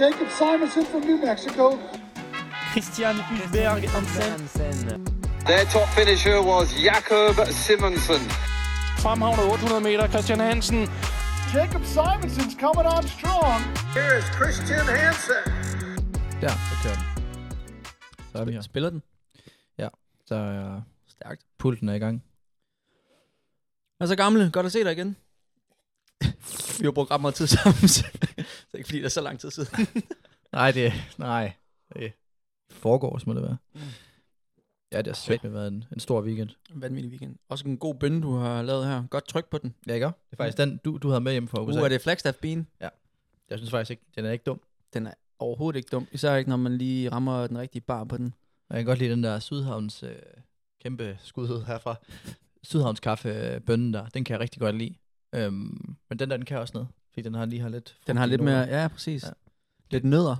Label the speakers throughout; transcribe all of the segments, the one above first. Speaker 1: Jacob Simonson from New Mexico.
Speaker 2: Christian Hulberg Hansen.
Speaker 3: Their top finisher was Jakob Simonsen.
Speaker 2: Fremhavnet 800 meter, Christian Hansen.
Speaker 1: Jacob Simonson's coming on strong. Here is Christian Hansen.
Speaker 4: Der, så kører den. Så er vi
Speaker 5: Spil-
Speaker 4: Spiller den? Ja, så er
Speaker 5: Stærkt.
Speaker 4: pulten er i gang.
Speaker 5: Og så gamle, godt at se dig igen. vi har brugt ret meget tid sammen, så det er ikke fordi, det er så lang tid siden.
Speaker 4: Nej, det nej. Det Mm. foregår, må det være. Ja, det har slet ikke været en, en stor weekend.
Speaker 5: Vanvittig weekend. Også en god bønne, du har lavet her. Godt tryk på den.
Speaker 4: Ja, ikke? Det er faktisk den, du, du havde med hjem fra USA.
Speaker 5: Uh, er det Flagstaff Bean?
Speaker 4: Jeg synes faktisk ikke, den er ikke dum.
Speaker 5: Den er overhovedet ikke dum. Især ikke, når man lige rammer den rigtige bar på den.
Speaker 4: Jeg kan godt lide den der Sydhavns øh, kæmpe skud herfra. Sydhavns kaffe bønnen der, den kan jeg rigtig godt lide. Øhm, men den der, den kan også noget, fordi den har lige har lidt...
Speaker 5: Den har
Speaker 4: frugtige
Speaker 5: lidt
Speaker 4: noter.
Speaker 5: mere... Ja, præcis.
Speaker 4: Ja.
Speaker 5: Ja. Lidt nødder.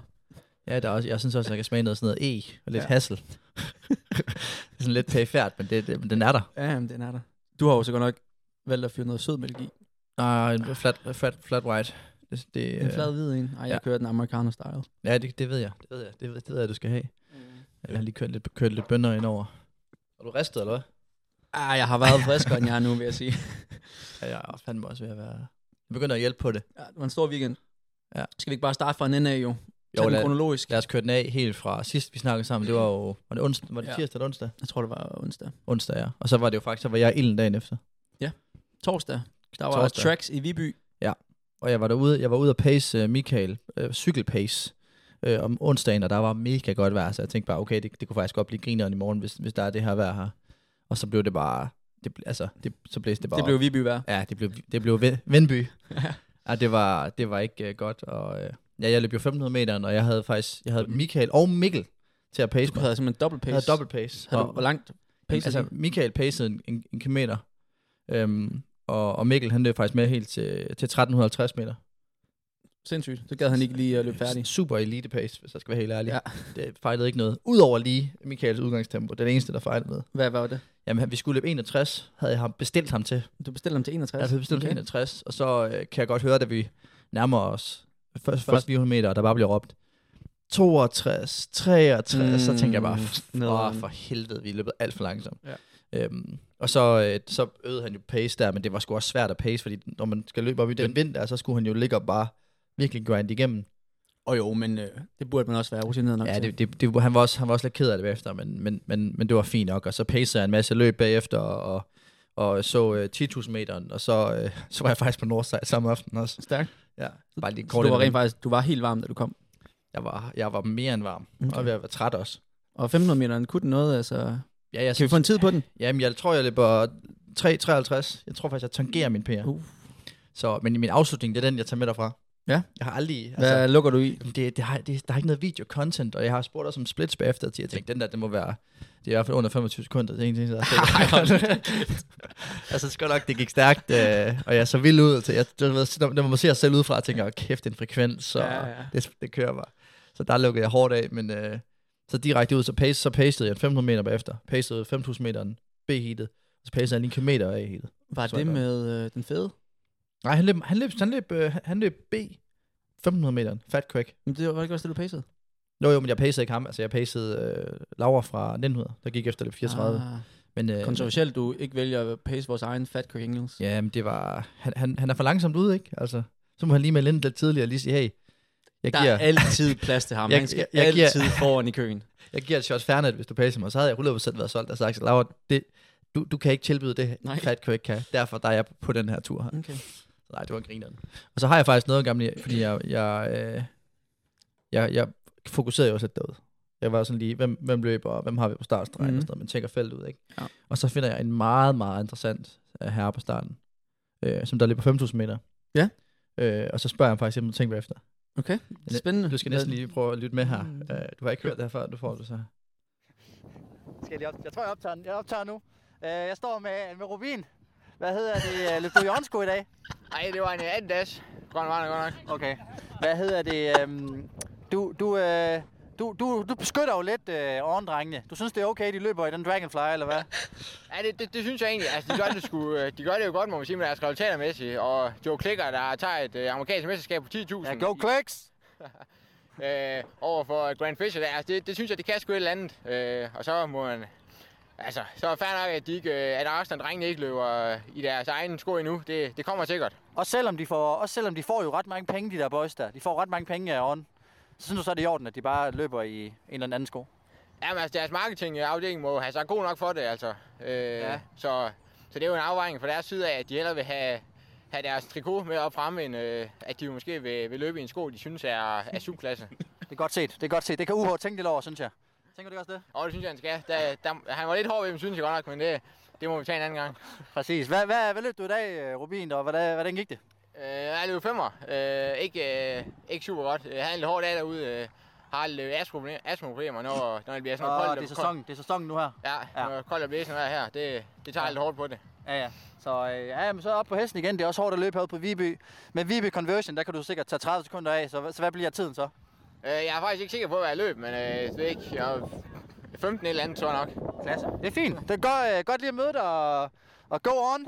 Speaker 4: Ja, der er også, jeg synes også, jeg kan smage noget sådan noget E og lidt ja.
Speaker 5: Ja.
Speaker 4: hassel. det er sådan lidt pæfærd, men, det, det, men den er der.
Speaker 5: Ja, jamen, den er der. Du har jo så godt nok valgt at fyre noget sødmælk i.
Speaker 4: Nej, Ah, en flat, flat, flat white. Det, det,
Speaker 5: En
Speaker 4: øh,
Speaker 5: flad hvid en. Ej, jeg
Speaker 4: ja.
Speaker 5: kører den amerikaner style.
Speaker 4: Ja, det, det ved jeg. Det ved jeg, det ved, det ved jeg du skal have. Jeg har lige kørt lidt, kørt lidt bønder ind over. Har Mm. du ristet, eller hvad?
Speaker 5: Ah, jeg har været friskere, end jeg er nu, vil jeg sige.
Speaker 4: Ja, jeg er fandme også ved at være... Jeg begynder at hjælpe på det.
Speaker 5: Ja, det var en stor weekend.
Speaker 4: Ja.
Speaker 5: Skal vi ikke bare starte fra en ende af, jo?
Speaker 4: Jo,
Speaker 5: Jo, den
Speaker 4: lad-
Speaker 5: kronologisk.
Speaker 4: Lad os køre den af helt fra sidst, vi snakkede sammen. Det var jo... Var det, onsdag, var det
Speaker 5: Ja.
Speaker 4: tirsdag eller onsdag?
Speaker 5: Jeg tror, det var onsdag.
Speaker 4: Onsdag, ja. Og så var det jo faktisk, så var jeg i ilden dagen efter.
Speaker 5: Torsdag. Der var
Speaker 4: Torsdag.
Speaker 5: Torsdag. tracks i Viby.
Speaker 4: Og jeg var derude, jeg var ude at pace øh, Michael, øh, cykelpace, øh, om onsdagen, og der var mega godt vejr, så jeg tænkte bare, okay, det, det kunne faktisk godt blive grineren i morgen, hvis, hvis der er det her vejr her. Og så blev det bare, det, ble- altså, det, så blæste det bare
Speaker 5: Det
Speaker 4: op.
Speaker 5: blev Viby værd.
Speaker 4: Ja, det blev, det blev Ven- Vendby. ja, det var, det var ikke uh, godt. Og, uh, ja, jeg løb jo 1500 meter, og jeg havde faktisk jeg havde Michael og Mikkel til at pace
Speaker 5: Du
Speaker 4: mig.
Speaker 5: havde simpelthen dobbelt pace.
Speaker 4: Jeg havde dobbelt pace.
Speaker 5: Havde
Speaker 4: Og-
Speaker 5: du, hvor langt
Speaker 4: Jamen,
Speaker 5: pace
Speaker 4: altså, Michael pacede en, en, en kilometer, øhm, og, og Mikkel han løb faktisk med helt til, til 1350 meter.
Speaker 5: Sindssygt. Så gad han ikke lige at løbe færdig.
Speaker 4: Super elite pace, hvis jeg skal være helt ærlig.
Speaker 5: Ja.
Speaker 4: Det fejlede ikke noget. Udover lige Michaels udgangstempo. Det er det eneste, der fejlede noget.
Speaker 5: Hvad var det?
Speaker 4: Jamen, han- vi skulle løbe 61, havde jeg ham bestilt ham til.
Speaker 5: Du bestilte ham til 61?
Speaker 4: Jeg havde bestilt okay.
Speaker 5: okay.
Speaker 4: 61, og så øh, kan jeg godt høre, da vi nærmer os først, først 400 meter, og der bare bliver råbt 62, 63, mm, så tænkte jeg bare,
Speaker 5: Mm,
Speaker 4: åh,
Speaker 5: nederen.
Speaker 4: for helvede, vi er løbet alt for langsomt.
Speaker 5: Ja.
Speaker 4: Øhm, og så, øh, så øgede han jo pace der, men det var sgu også svært at pace, fordi når man skal løbe op i den vind der, så skulle han jo ligge og bare virkelig grind igennem.
Speaker 5: Og jo, men øh, det burde man også være rutineret nok
Speaker 4: Ja,
Speaker 5: til.
Speaker 4: det, det, det, han, var også, han var også lidt ked af det bagefter, men, men, men, men det var fint nok. Og så pacede jeg en masse løb bagefter, og, og så øh, 10.000 meter, og så, øh, så var jeg faktisk på Nordside samme aften også.
Speaker 5: Stærkt.
Speaker 4: Ja, bare lige
Speaker 5: Så
Speaker 4: kort.
Speaker 5: du var
Speaker 4: ind.
Speaker 5: rent faktisk, du var helt varm, da du kom.
Speaker 4: jeg, var, jeg var mere end varm, okay.
Speaker 5: Okay.
Speaker 4: og jeg var træt også.
Speaker 5: Og 1500 meter, kunne den noget, altså...
Speaker 4: Ja, jeg,
Speaker 5: Kan vi få en tid på den?
Speaker 4: Jamen, jeg tror, jeg løber 3,53. Jeg tror faktisk, jeg tangerer min PR.
Speaker 5: Uh.
Speaker 4: Så, men min afslutning, det er den, jeg tager med derfra.
Speaker 5: Ja.
Speaker 4: Jeg har aldrig...
Speaker 5: Hvad
Speaker 4: Altså,
Speaker 5: lukker du i?
Speaker 4: Jamen, det, det har, det, der er ikke noget video-content, og jeg har spurgt også om splits bagefter, til jeg tænkte, den der, det må være, det er i hvert fald under 25 sekunder, det er ingenting, der er Altså, skal nok, det gik stærkt, øh, og jeg så vild ud, til jeg, det, var- når man ser sig selv udefra, og tænker, "Åh, kæft, det er en frekvens, så ja,
Speaker 5: Ja,
Speaker 4: ja.
Speaker 5: ja.
Speaker 4: Det, det kører bare. Så der lukkede jeg hårdt af, men øh, så direkte ud, så, pace, så pacede jeg 1500 meter bagefter, pacede 5000 meteren B-heatet, så pacede jeg lige en kilometer af heatet.
Speaker 5: Var
Speaker 4: tror
Speaker 5: det
Speaker 4: jeg godt.
Speaker 5: med øh, den fede?
Speaker 4: Nej, han løb, han løb, han løb, øh, han løb B 1500 meteren, fat quick.
Speaker 5: Men det var ikke også det, du pacede?
Speaker 4: Nå jo, men jeg pacede ikke ham. Altså, jeg pacede øh, Laura fra 1900, der gik efter det 34. Ah,
Speaker 5: Ah,
Speaker 4: men, øh,
Speaker 5: kontroversielt, du ikke vælger at pace vores egen Fat Kirk Engels.
Speaker 4: Ja, men det var... Han, han, han er for langsomt ude, ikke? Altså, så må han lige melde ind lidt tidligere og lige sige, hey, jeg
Speaker 5: Der
Speaker 4: giver,
Speaker 5: er altid plads til ham.
Speaker 4: Jeg-
Speaker 5: Han skal
Speaker 4: jeg- jeg giver-
Speaker 5: altid foran i køen.
Speaker 4: jeg giver et shot færnet, hvis du pacer mig. Så havde jeg 100% været solgt og sagt, Laura, det, du, du kan ikke tilbyde det,
Speaker 5: Nej.
Speaker 4: Fat Quick kan. Derfor der er jeg på den her tur her.
Speaker 5: Okay.
Speaker 4: Nej, det var grineren. Og så har jeg faktisk noget gamle, fordi jeg, jeg, øh, jeg, jeg fokuserede jo også lidt derude. Jeg var sådan lige, hvem, hvem løber, og hvem har vi på startstregen mm.
Speaker 5: Mhm.
Speaker 4: og sådan noget. Man tjekker felt ud, ikke?
Speaker 5: Ja.
Speaker 4: Og så finder jeg en meget, meget interessant øh, herre på starten, øh, som der løber 5.000 meter.
Speaker 5: Ja.
Speaker 4: Øh, og så spørger jeg faktisk, om du tænker bagefter.
Speaker 5: Okay,
Speaker 4: Ja,
Speaker 5: spændende.
Speaker 4: Du skal næsten lige prøve at lytte med her.
Speaker 5: Mm.
Speaker 4: Øh, du har ikke hørt det her før, du får det så.
Speaker 6: Skal jeg, lige op? jeg tror, jeg optager den. Jeg optager nu. Øh, jeg står med, med Rubin. Hvad hedder det? Øh, Løb du i Onsko i dag?
Speaker 7: Nej, det var en 18 dash. Godt, var det godt nok.
Speaker 6: Okay. Hvad hedder det? øhm, du, du, øh, du, du, du beskytter jo lidt øh, ovendrengene. Du synes, det er okay, de løber i den Dragonfly, eller hvad?
Speaker 7: Ja, det, det, det synes jeg egentlig. Altså, de gør det, sgu, øh, de gør det jo godt, må man sige, med deres resultatermæssigt. Og Joe Klicker, der tager et øh, amerikansk mesterskab på 10.000.
Speaker 6: Ja, go clicks!
Speaker 7: øh, over for Grand Fisher der. Altså, det, det synes jeg, det kan sgu et eller andet. Øh, og så må man... Altså, så er det fair nok, at, de ikke, øh, at resten af drengene ikke løber øh, i deres egen sko endnu. Det, det kommer sikkert.
Speaker 6: Og selvom, de får, også selvom de får jo ret mange penge, de der boys der. De får ret mange penge af ånden. Så synes du så, det er i orden, at de bare løber i en eller anden sko?
Speaker 7: Jamen, altså, deres marketingafdeling må have sig god nok for det, altså. Øh, ja. så, så det er jo en afvejning fra deres side af, at de hellere vil have, have deres trikot med op fremme, end øh, at de måske vil, vil løbe i en sko, de synes er, er subklasse.
Speaker 6: Det er godt set, det er godt set. Det kan UH tænke lidt over, synes jeg.
Speaker 7: Tænker du også det? Åh, det synes jeg, han skal. Der, der, han var lidt hård ved dem, synes jeg godt nok, men det, det må vi tage en anden gang.
Speaker 6: Præcis. Hvad, hvad, hvad løb du i dag, øh, Rubin, og hvordan, hvordan gik det?
Speaker 7: Øh, jeg løb femmer. Øh, ikke, øh, ikke super godt. Jeg havde en lidt hård dag derude. Øh, har aldrig astmaproblemer, astmaproblemer, når, når det bliver sådan noget
Speaker 6: Åh,
Speaker 7: koldt.
Speaker 6: det er
Speaker 7: og-
Speaker 6: sæsonen, det er sæsonen nu her.
Speaker 7: Ja, ja. når koldt og blæsende er her, det, det tager ja. lidt hårdt på det.
Speaker 6: Ja, ja. Så øh, ja, men så op på hesten igen. Det er også hårdt at løbe herude på Viby. Men Viby Conversion, der kan du sikkert tage 30 sekunder af, så, så hvad bliver tiden så?
Speaker 7: Øh, jeg er faktisk ikke sikker på, hvad jeg løb, men øh, det er ikke. Jeg er 15 eller andet, tror jeg nok.
Speaker 6: Klasse. Det er fint. Det er godt, øh, godt lige at møde dig og, og go on.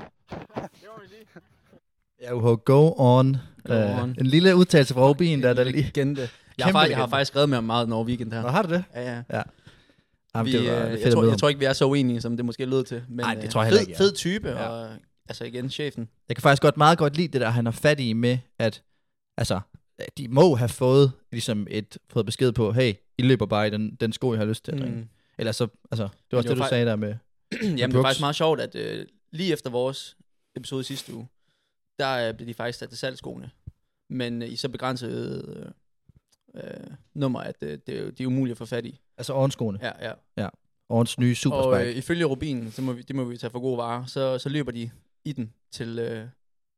Speaker 4: Ja, UH, go on. Go
Speaker 5: on.
Speaker 4: En lille udtalelse fra Robin, der, der lige...
Speaker 5: Legende. Jeg, har,
Speaker 4: Kæmpe
Speaker 5: fakt- jeg har
Speaker 4: legende.
Speaker 5: faktisk skrevet med ham meget den over weekend her.
Speaker 4: Nå, har du det?
Speaker 5: Ja, ja.
Speaker 4: Ja. Jamen,
Speaker 5: Vi,
Speaker 4: det var
Speaker 5: øh,
Speaker 4: fedt
Speaker 5: jeg,
Speaker 4: at
Speaker 5: tror,
Speaker 4: møde
Speaker 5: jeg
Speaker 4: ham.
Speaker 5: tror ikke, vi er så uenige, som det måske lød til. Men,
Speaker 4: Nej, det
Speaker 5: øh,
Speaker 4: tror jeg heller
Speaker 5: fed,
Speaker 4: ikke, ja.
Speaker 5: Fed type,
Speaker 4: Ja.
Speaker 5: ja. og altså igen, chefen.
Speaker 4: Jeg kan faktisk godt meget godt lide det der, han har fat i med, at altså, at de må have fået, ligesom et, fået besked på, hey, I løber bare i den, den sko, I har lyst til. Mm.
Speaker 5: Mm.
Speaker 4: Eller så, altså, det var også
Speaker 5: var
Speaker 4: det, du
Speaker 5: fej-
Speaker 4: sagde der med.
Speaker 5: Jamen, det er
Speaker 4: Brooks.
Speaker 5: faktisk meget sjovt, at øh, lige efter vores episode sidste uge, der øh, blev de faktisk sat til salgskoene. Men øh, i så begrænset øh, øh, nummer, at øh, det, er jo- de er umulige at få fat i.
Speaker 4: Altså ovenskoene. Ja.
Speaker 5: Ja, ja.
Speaker 4: Ovens nye
Speaker 5: Og
Speaker 4: superspike.
Speaker 5: øh, ifølge Rubin, så må vi, det må vi tage for gode varer, så, så løber de i den til, øh,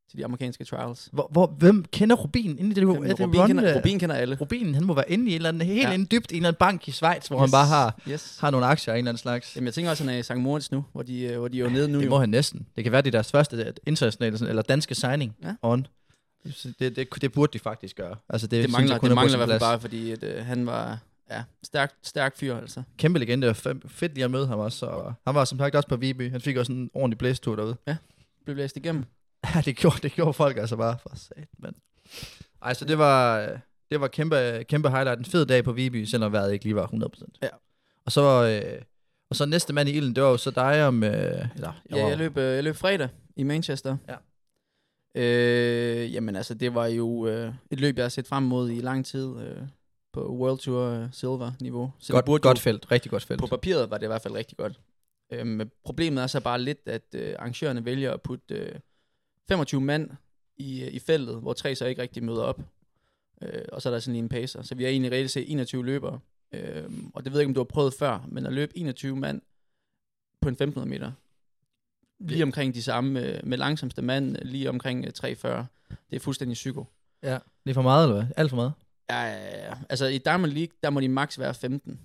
Speaker 5: til de amerikanske trials.
Speaker 4: Hvor, hvor, hvem kender Rubin? Inden i det,
Speaker 5: Jamen,
Speaker 4: er det
Speaker 5: Rubin,
Speaker 4: run,
Speaker 5: kender,
Speaker 4: øh,
Speaker 5: Rubin kender alle.
Speaker 4: Rubin, han må være inde i et eller andet, helt
Speaker 5: Ja.
Speaker 4: ja. inde dybt i en eller anden bank i Schweiz, hvor yes. han bare har,
Speaker 5: Yes.
Speaker 4: har nogle aktier af en eller anden slags.
Speaker 5: Jamen, jeg tænker også, at han er i St. Moritz nu, hvor de, øh, hvor de er jo nede nu.
Speaker 4: Det
Speaker 5: jo.
Speaker 4: må han næsten. Det kan være, det er deres første øh, internationale sådan- eller danske signing
Speaker 5: Ja.
Speaker 4: ja. on. Så Det, det, det, burde de faktisk gøre. Altså, det,
Speaker 5: det
Speaker 4: synes
Speaker 5: mangler,
Speaker 4: jeg kun
Speaker 5: det
Speaker 4: er på
Speaker 5: mangler i
Speaker 4: sin
Speaker 5: hvert fald
Speaker 4: plads.
Speaker 5: bare, fordi at, øh, han var ja, stærk, stærk fyr, altså.
Speaker 4: kæmpe legende, og fem- fedt lige at møde ham også. Og han var som sagt også på Viby. Han fik også en ordentlig blæstur derude.
Speaker 5: Blev blæst igennem.
Speaker 4: Ja, det gjorde, det gjorde folk altså bare for sat, mand. Ej, så det var, det var kæmpe, kæmpe highlight. En fed dag på Viby, selvom vejret ikke lige var 100%.
Speaker 5: Ja.
Speaker 4: Og så, øh, og så næste mand i ilden, det var jo så dig om... Øh, eller,
Speaker 5: Ja, jeg løb, øh, jeg løb fredag i Manchester.
Speaker 4: Ja.
Speaker 5: Øh, jamen altså, det var jo øh, et løb, jeg har set frem mod i lang tid øh, på World Tour øh, Silver-niveau. Så det
Speaker 4: Godt,
Speaker 5: burde
Speaker 4: godt
Speaker 5: jo-
Speaker 4: felt, rigtig godt felt.
Speaker 5: På papiret var det i hvert fald rigtig godt. Øh, men problemet er så bare lidt, at øh, arrangørerne vælger at putte øh, 25 mand i, i feltet, hvor tre så ikke rigtig møder op. Øh, og så er der sådan lige en pacer. Så vi har egentlig reelt set 21 løbere. Øh, og det ved jeg ikke, om du har prøvet før, men at løbe 21 mand på en 1500 meter, lige omkring de samme, øh, med langsomste mand, øh, lige omkring øh, 340, det er fuldstændig psyko.
Speaker 4: Ja. Lige for meget, eller hvad? Alt for meget?
Speaker 5: Ja, ja, ja. altså i Diamond League, der må de maks være 15.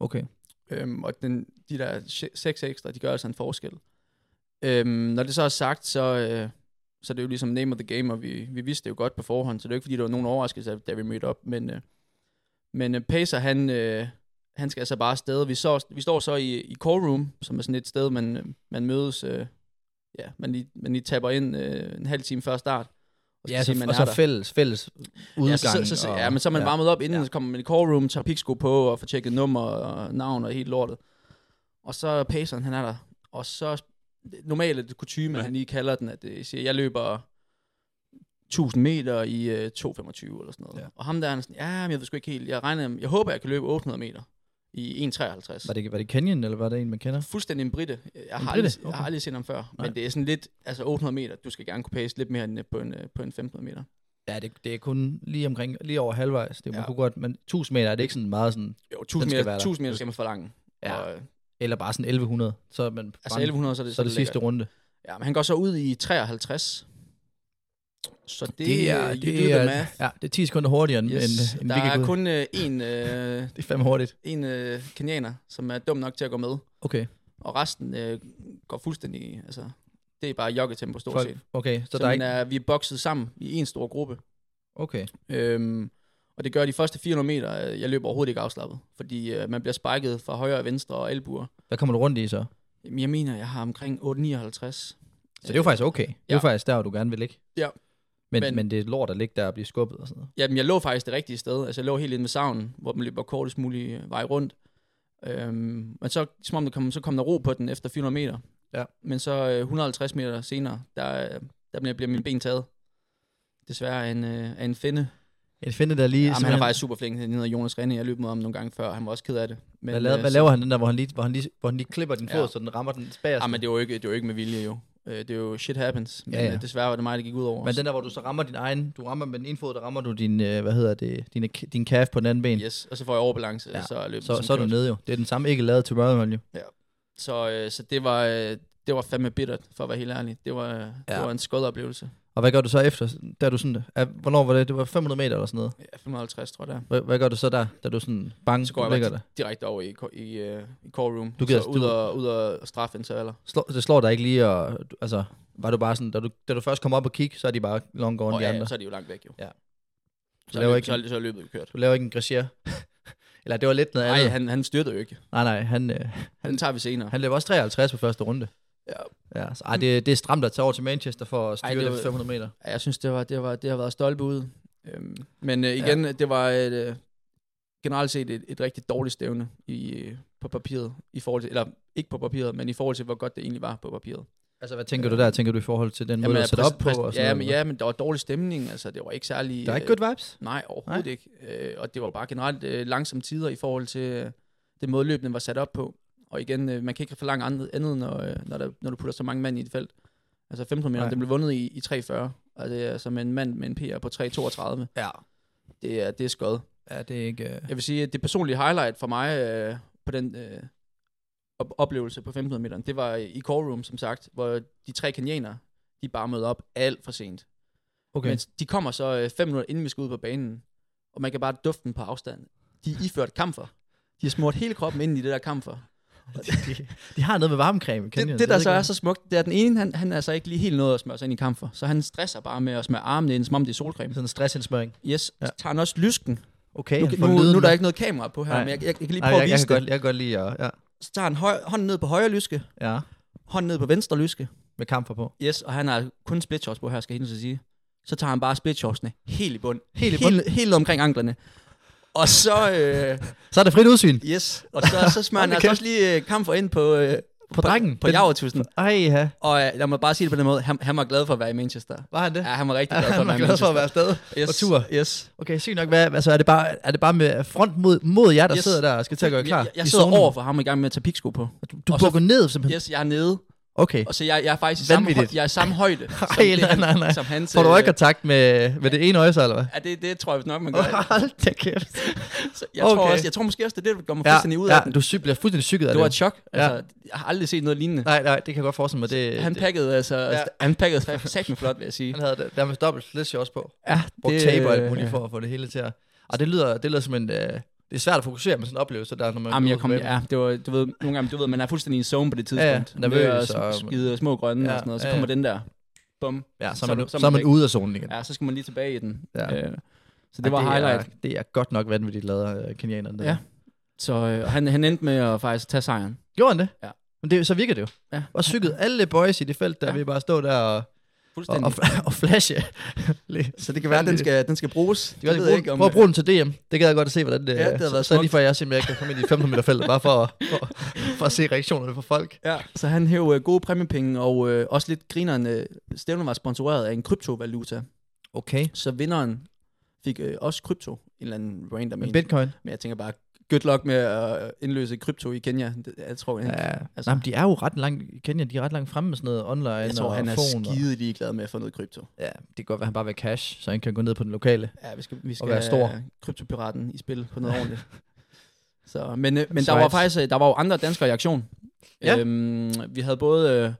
Speaker 4: Okay.
Speaker 5: Øhm, og den, de der se- seks ekstra, de gør altså en forskel. Øhm, når det så er sagt, så, øh, så er det jo ligesom name of the game, og vi, vi vidste det jo godt på forhånd, så det er jo ikke, fordi der var nogen overraskelse, da vi mødte op. Men, øh, men øh, Pacer, han, øh, han skal altså bare afsted. Vi, så, vi står så i, i call room, som er sådan et sted, man, øh, man mødes, øh, ja, man lige, man lige tapper ind øh, en halv time før start. Og skal
Speaker 4: Ja, så,
Speaker 5: sige, man
Speaker 4: og
Speaker 5: er
Speaker 4: så
Speaker 5: der.
Speaker 4: fælles, fælles udgang.
Speaker 5: Ja, så, så, så,
Speaker 4: og,
Speaker 5: ja, men så er man ja. varmet op inden,
Speaker 4: Ja.
Speaker 5: ja. så kommer man i call room, tager piksko på og får tjekket nummer og navn og helt lortet. Og så er paceren, han er der. Og så, normalt er det kutume, ja. han lige kalder den, at det siger, jeg løber 1000 meter i øh, 2.25 eller sådan noget. Ja.
Speaker 4: Ja.
Speaker 5: Og ham der, han er sådan, ja, men jeg ved sgu ikke helt, jeg regner, jeg håber, jeg kan løbe 800 meter i 1.53.
Speaker 4: Var det, var det Kenyon, eller var det en, man kender?
Speaker 5: Fuldstændig en britte. Jeg har,
Speaker 4: En
Speaker 5: aldrig,
Speaker 4: brite?
Speaker 5: jeg har
Speaker 4: Okay.
Speaker 5: aldrig set ham før, men
Speaker 4: Nej.
Speaker 5: det er sådan lidt, altså 800 meter, du skal gerne kunne pace lidt mere end øh, på en, øh, på en 1500 meter.
Speaker 4: Ja, det, det er kun lige omkring, lige over halvvejs. Det, man
Speaker 5: Ja.
Speaker 4: kunne godt, men 1000 meter er det ikke sådan meget sådan,
Speaker 5: Jo,
Speaker 4: Den
Speaker 5: 1000
Speaker 4: skal
Speaker 5: meter,
Speaker 4: være der.
Speaker 5: 1000 meter skal man forlange.
Speaker 4: Ja.
Speaker 5: Og, øh,
Speaker 4: eller bare sådan 1100. Så er man
Speaker 5: Altså
Speaker 4: brændt.
Speaker 5: 1100, så er det,
Speaker 4: så er det sidste
Speaker 5: lækkert.
Speaker 4: runde.
Speaker 5: Ja, men han går så ud i 53. Så det, øh, you do
Speaker 4: det,
Speaker 5: the
Speaker 4: er,
Speaker 5: math.
Speaker 4: ja, det er 10 sekunder hurtigere, end,
Speaker 5: Yes.
Speaker 4: end, end
Speaker 5: der
Speaker 4: vi kan
Speaker 5: er
Speaker 4: gå. Kun...
Speaker 5: kun øh, en, øh,
Speaker 4: Det er fandme hurtigt.
Speaker 5: en øh, kenianer, som er dum nok til at gå med.
Speaker 4: Okay,
Speaker 5: Og resten øh, går fuldstændig... Altså, det er bare joggetempo stort
Speaker 4: folk,
Speaker 5: set.
Speaker 4: okay, så,
Speaker 5: Så
Speaker 4: der er ikke...
Speaker 5: er, vi er bokset sammen i en stor gruppe.
Speaker 4: Okay,
Speaker 5: Øhm, og det gør de første 400 meter, øh, jeg løber overhovedet ikke afslappet. Fordi øh, man bliver sparket fra højre og venstre og albuer.
Speaker 4: hvad kommer du rundt i så?
Speaker 5: Jamen, jeg mener, jeg har omkring 8,59.
Speaker 4: Så det er jo faktisk okay. Det er jo
Speaker 5: Ja.
Speaker 4: faktisk der, hvor du gerne vil ligge. Men, men,
Speaker 5: Men-
Speaker 4: men det er lort at ligge der og blive skubbet og sådan noget.
Speaker 5: Jamen, jeg lå faktisk det rigtige sted. Altså, jeg lå helt inde ved savnen, hvor den løber kortest mulig øh, vej rundt. Øhm, men så, som om det kom, så kom der ro på den efter 400 meter.
Speaker 4: Ja.
Speaker 5: Men så øh, 150 meter senere, der, øh, der bliver, bliver mine ben taget. Desværre af en, øh, af en finde.
Speaker 4: Jeg finder der lige...
Speaker 5: Jamen, han er
Speaker 4: simpelthen-
Speaker 5: faktisk super flink. Han hedder Jonas Rene. Jeg løb mod ham nogle gange før. Han var også ked af det. Men,
Speaker 4: hvad, laver,
Speaker 5: øh,
Speaker 4: hvad
Speaker 5: så-
Speaker 4: laver han den der, hvor han lige, hvor han lige, hvor han lige klipper din fod,
Speaker 5: Ja.
Speaker 4: så den rammer den bagerste?
Speaker 5: Ah, men det var jo ikke, det var ikke med vilje, jo. Øh, det er jo shit happens. Men
Speaker 4: Ja,
Speaker 5: ja,
Speaker 4: ja.
Speaker 5: ja. desværre var det mig, der gik ud over.
Speaker 4: Men den der, hvor du så rammer din egen, du rammer med den ene fod, der rammer du din, øh, hvad hedder det, din, din calf på den anden ben.
Speaker 5: Yes, og så får jeg overbalance,
Speaker 4: Ja.
Speaker 5: ja. så løb
Speaker 4: så, så er du nede jo. Det er den samme ikke lavet til Marathon, jo.
Speaker 5: Så, øh, så det, var, øh, det var fandme bittert, for at være helt ærlig. Det var, ja.
Speaker 4: Ja.
Speaker 5: det var en skød oplevelse.
Speaker 4: Og hvad gør du så efter? Der er du sådan, er, hvornår var det? Det var 500 meter eller sådan noget.
Speaker 5: Ja, 55, tror jeg, der.
Speaker 4: Hvad, hvad gør du så der, da du sådan bang,
Speaker 5: Så går jeg
Speaker 4: ligger
Speaker 5: bare
Speaker 4: der?
Speaker 5: di- direkte over i, ko- i, øh, i core room.
Speaker 4: Du
Speaker 5: Du
Speaker 4: gider-
Speaker 5: så ud
Speaker 4: du-
Speaker 5: og, ud og straffe intervaller.
Speaker 4: Slå, det slår dig ikke lige, og du- altså, var du bare sådan, da du, da du først kom op og kigge, så er de bare long gone,
Speaker 5: Og
Speaker 4: de andre.
Speaker 5: ja, så er de jo langt væk, jo.
Speaker 4: Ja.
Speaker 5: Så,
Speaker 4: laver
Speaker 5: er løb,
Speaker 4: ikke-
Speaker 5: så, er- så er løbet jo kørt.
Speaker 4: Du laver ikke en grasier. eller det var lidt noget
Speaker 5: Nej,
Speaker 4: andet.
Speaker 5: han, han styrter jo ikke.
Speaker 4: Nej, nej, han, øh,
Speaker 5: Han tager vi senere.
Speaker 4: han løb også 53 på første runde.
Speaker 5: Ja.
Speaker 4: Ja, så, ej, det, det er stramt at tage over til Manchester for at styre
Speaker 5: Ej, det
Speaker 4: det,
Speaker 5: var-
Speaker 4: 500 meter.
Speaker 5: Ja, Jeg synes, det, var, det, var, det har været stolpe ud. Øhm, men øh, igen, ja. det var et, øh, generelt set et, et rigtig dårligt stævne i, øh, på papiret. I forhold til, eller ikke på papiret, men i forhold til, hvor godt det egentlig var på papiret.
Speaker 4: Altså, hvad tænker du der? Tænker du i forhold til den måde, du
Speaker 5: jeg
Speaker 4: er sat
Speaker 5: præs-
Speaker 4: op på?
Speaker 5: præs-
Speaker 4: Og sådan
Speaker 5: ja,
Speaker 4: noget,
Speaker 5: men,
Speaker 4: eller
Speaker 5: ja, men der var dårlig stemning. Altså, det var ikke særlig...
Speaker 4: hvad? Der er ikke good vibes?
Speaker 5: Nej, overhovedet nej. ikke. Øh, og det var bare generelt øh, langsomme tider i forhold til øh, den måde, løbene var sat op på. Og igen, øh, man kan ikke forlange andet, andet når, øh, når, der, når du putter så mange mand i et felt. Altså 15 meter,
Speaker 4: Nej.
Speaker 5: den blev vundet i, i 3.40, og det er som en mand med en PR på 3.32.
Speaker 4: Ja.
Speaker 5: Det er, det er skød.
Speaker 4: Ja, det er ikke... Øh...
Speaker 5: Jeg vil sige, at det personlige highlight for mig øh, på den øh, op- oplevelse på 1500 meter, det var i Core Room, som sagt, hvor de tre kenianere, de bare mødte op alt for sent.
Speaker 4: Okay.
Speaker 5: Men de kommer så øh, fem minutter, inden vi skal ud på banen, og man kan bare dufte dem på afstand. De er iført kamfer. De har smurt hele kroppen ind i det der kamfer.
Speaker 4: de, de, de, har noget med varmecreme i Kenya.
Speaker 5: Det, det, der
Speaker 4: ved
Speaker 5: så
Speaker 4: jeg
Speaker 5: er
Speaker 4: ikke,
Speaker 5: så smukt, det er, at den ene, han, han er altså ikke lige helt noget at smøre sig ind i kamfer. Så han stresser bare med at smøre armene ind, som om det er solcreme.
Speaker 4: hvad- Sådan en stressindsmøring.
Speaker 5: Yes,
Speaker 4: Ja.
Speaker 5: ja. så tager han også lysken.
Speaker 4: Okay,
Speaker 5: Nu,
Speaker 4: han
Speaker 5: kan-
Speaker 4: får
Speaker 5: nu, nu,
Speaker 4: lyden
Speaker 5: er der
Speaker 4: med.
Speaker 5: ikke noget kamera på her,
Speaker 4: Nej.
Speaker 5: men jeg, jeg, jeg kan lige
Speaker 4: Nej,
Speaker 5: prøve
Speaker 4: jeg,
Speaker 5: at
Speaker 4: jeg,
Speaker 5: vise
Speaker 4: kan
Speaker 5: det.
Speaker 4: godt, jeg kan godt lide at... Ja,
Speaker 5: så tager han høj, hånden ned på højre lyske,
Speaker 4: ja,
Speaker 5: hånden ned på venstre lyske.
Speaker 4: med kamfer på.
Speaker 5: Yes, og han har kun split shorts på her, skal jeg hilse at sige. Så tager han bare split shortsene helt i bund.
Speaker 4: Helt i
Speaker 5: Helt, helt omkring anklerne. Og så, øh,
Speaker 4: Så er det frit udsyn
Speaker 5: yes, og så, så smører han
Speaker 4: Hold
Speaker 5: altså
Speaker 4: da kæft.
Speaker 5: også lige øh, kamfer ind på, øh,
Speaker 4: på drengen.
Speaker 5: på Javertusen.
Speaker 4: Ej, ja.
Speaker 5: Og øh, lad mig bare sige det på den måde, han, han var glad for at være i Manchester.
Speaker 4: Var han det?
Speaker 5: Ja, han var rigtig glad for at være
Speaker 4: han var
Speaker 5: i
Speaker 4: glad
Speaker 5: Manchester.
Speaker 4: for at være afsted.
Speaker 5: yes,
Speaker 4: på tur.
Speaker 5: Yes.
Speaker 4: Okay, sygt nok. Hvad, altså, er det, bare, er det bare med front mod, mod jer, der
Speaker 5: Yes.
Speaker 4: sidder der og skal til at gøre klar?
Speaker 5: Jeg, jeg
Speaker 4: i
Speaker 5: sidder
Speaker 4: zonen?
Speaker 5: over for ham i gang med at tage piksko på.
Speaker 4: Du, du
Speaker 5: og så-
Speaker 4: bukker ned, simpelthen.
Speaker 5: Yes, jeg er nede,
Speaker 4: Okay.
Speaker 5: og så jeg, jeg er faktisk i samme, høj,
Speaker 4: Vanvittigt.
Speaker 5: jeg er i samme højde. som
Speaker 4: Ej, nej, nej, nej.
Speaker 5: Som hans,
Speaker 4: Får du
Speaker 5: øh,
Speaker 4: øjekontakt med, med det ene øje, så, eller hvad?
Speaker 5: Ja, det, det tror jeg nok, man gør.
Speaker 4: Hold da kæft.
Speaker 5: Så jeg, okay.
Speaker 4: Okay.
Speaker 5: tror også, jeg tror måske også, det er det, der gør mig fuldstændig ud af
Speaker 4: ja,
Speaker 5: den.
Speaker 4: du sy- bliver fuldstændig psyket af
Speaker 5: Det
Speaker 4: det.
Speaker 5: var et chok. Altså, Jeg har aldrig set noget lignende.
Speaker 4: Nej, nej, det kan jeg godt forestille mig. Det,
Speaker 5: Han
Speaker 4: det-
Speaker 5: pakkede altså, ja. han pakkede fa- sat med flot, vil jeg sige.
Speaker 4: han havde det, der med dobbelt slet shorts på.
Speaker 5: Ja,
Speaker 4: Brugt det, tape og alt muligt for at få det hele til at... Og det lyder, det lyder som en... Øh, det er svært at fokusere med sådan en oplevelse der, når man...
Speaker 5: Jamen,
Speaker 4: går
Speaker 5: jeg
Speaker 4: ud
Speaker 5: kom,
Speaker 4: tilbage.
Speaker 5: ja, det var, du ved, nogle gange, du ved, man er fuldstændig i en zone på det tidspunkt.
Speaker 4: Ja, ja, nervøs
Speaker 5: Ved at s-
Speaker 4: og-
Speaker 5: skide små grønne
Speaker 4: Ja,
Speaker 5: og sådan noget, så
Speaker 4: ja, ja.
Speaker 5: kommer den der, bum.
Speaker 4: ja, så er
Speaker 5: så er
Speaker 4: man,
Speaker 5: du- så er
Speaker 4: så er
Speaker 5: man
Speaker 4: man
Speaker 5: væk.
Speaker 4: ude af zonen igen.
Speaker 5: Ja, så skal man lige tilbage i den.
Speaker 4: Ja.
Speaker 5: Øh, så det var
Speaker 4: Ej,
Speaker 5: det highlight.
Speaker 4: Er, det er godt nok vanvittigt lavet af kenianerne. der.
Speaker 5: Ja. Så øh, han, han endte med at faktisk tage sejren.
Speaker 4: Gjorde han det?
Speaker 5: Ja.
Speaker 4: Men det, så virker det jo.
Speaker 5: Ja.
Speaker 4: Og cyklet alle boys i det felt, der ja.
Speaker 5: Ja.
Speaker 4: vil bare stå der og, og,
Speaker 5: Fuldstændig.
Speaker 4: og, og flashe.
Speaker 5: så det kan være, at den skal, den skal bruges.
Speaker 4: Jeg ved ikke, prøv at bruge den til DM. Det gad jeg godt at se, hvordan det...
Speaker 5: Ja, det havde
Speaker 4: så,
Speaker 5: været
Speaker 4: så lige
Speaker 5: smukt.
Speaker 4: for at jeg simpelthen ikke kan komme ind i et 500 meter felt, bare for, at- for, for at se reaktionerne fra folk.
Speaker 5: Ja, så han hæv øh, gode præmiepenge, og øh, også lidt grineren, øh, stævnen var sponsoreret af en kryptovaluta,
Speaker 4: Okay.
Speaker 5: så vinderen fik øh, også krypto, en eller anden random
Speaker 4: Men
Speaker 5: en.
Speaker 4: bitcoin?
Speaker 5: Men jeg tænker bare, good luck med at øh, indløse krypto i Kenya, det, jeg tror, han,
Speaker 4: Ja, altså.
Speaker 5: altså.
Speaker 4: Nej, men de er jo ret langt, Kenya, de er ret langt fremme med sådan noget online
Speaker 5: jeg tror,
Speaker 4: og
Speaker 5: han er
Speaker 4: phone og-
Speaker 5: skide ligeglad med at få noget krypto.
Speaker 4: Ja, det kan godt være, han bare vil have cash, så han kan gå ned på den lokale.
Speaker 5: Ja, vi skal, vi skal
Speaker 4: være
Speaker 5: have
Speaker 4: stor.
Speaker 5: kryptopiraten i spil på noget ordentligt. Så, men øh, men der
Speaker 4: Schweiz.
Speaker 5: var faktisk øh, der var jo andre danskere i aktion.
Speaker 4: Ja.
Speaker 5: Øhm, vi havde både øh,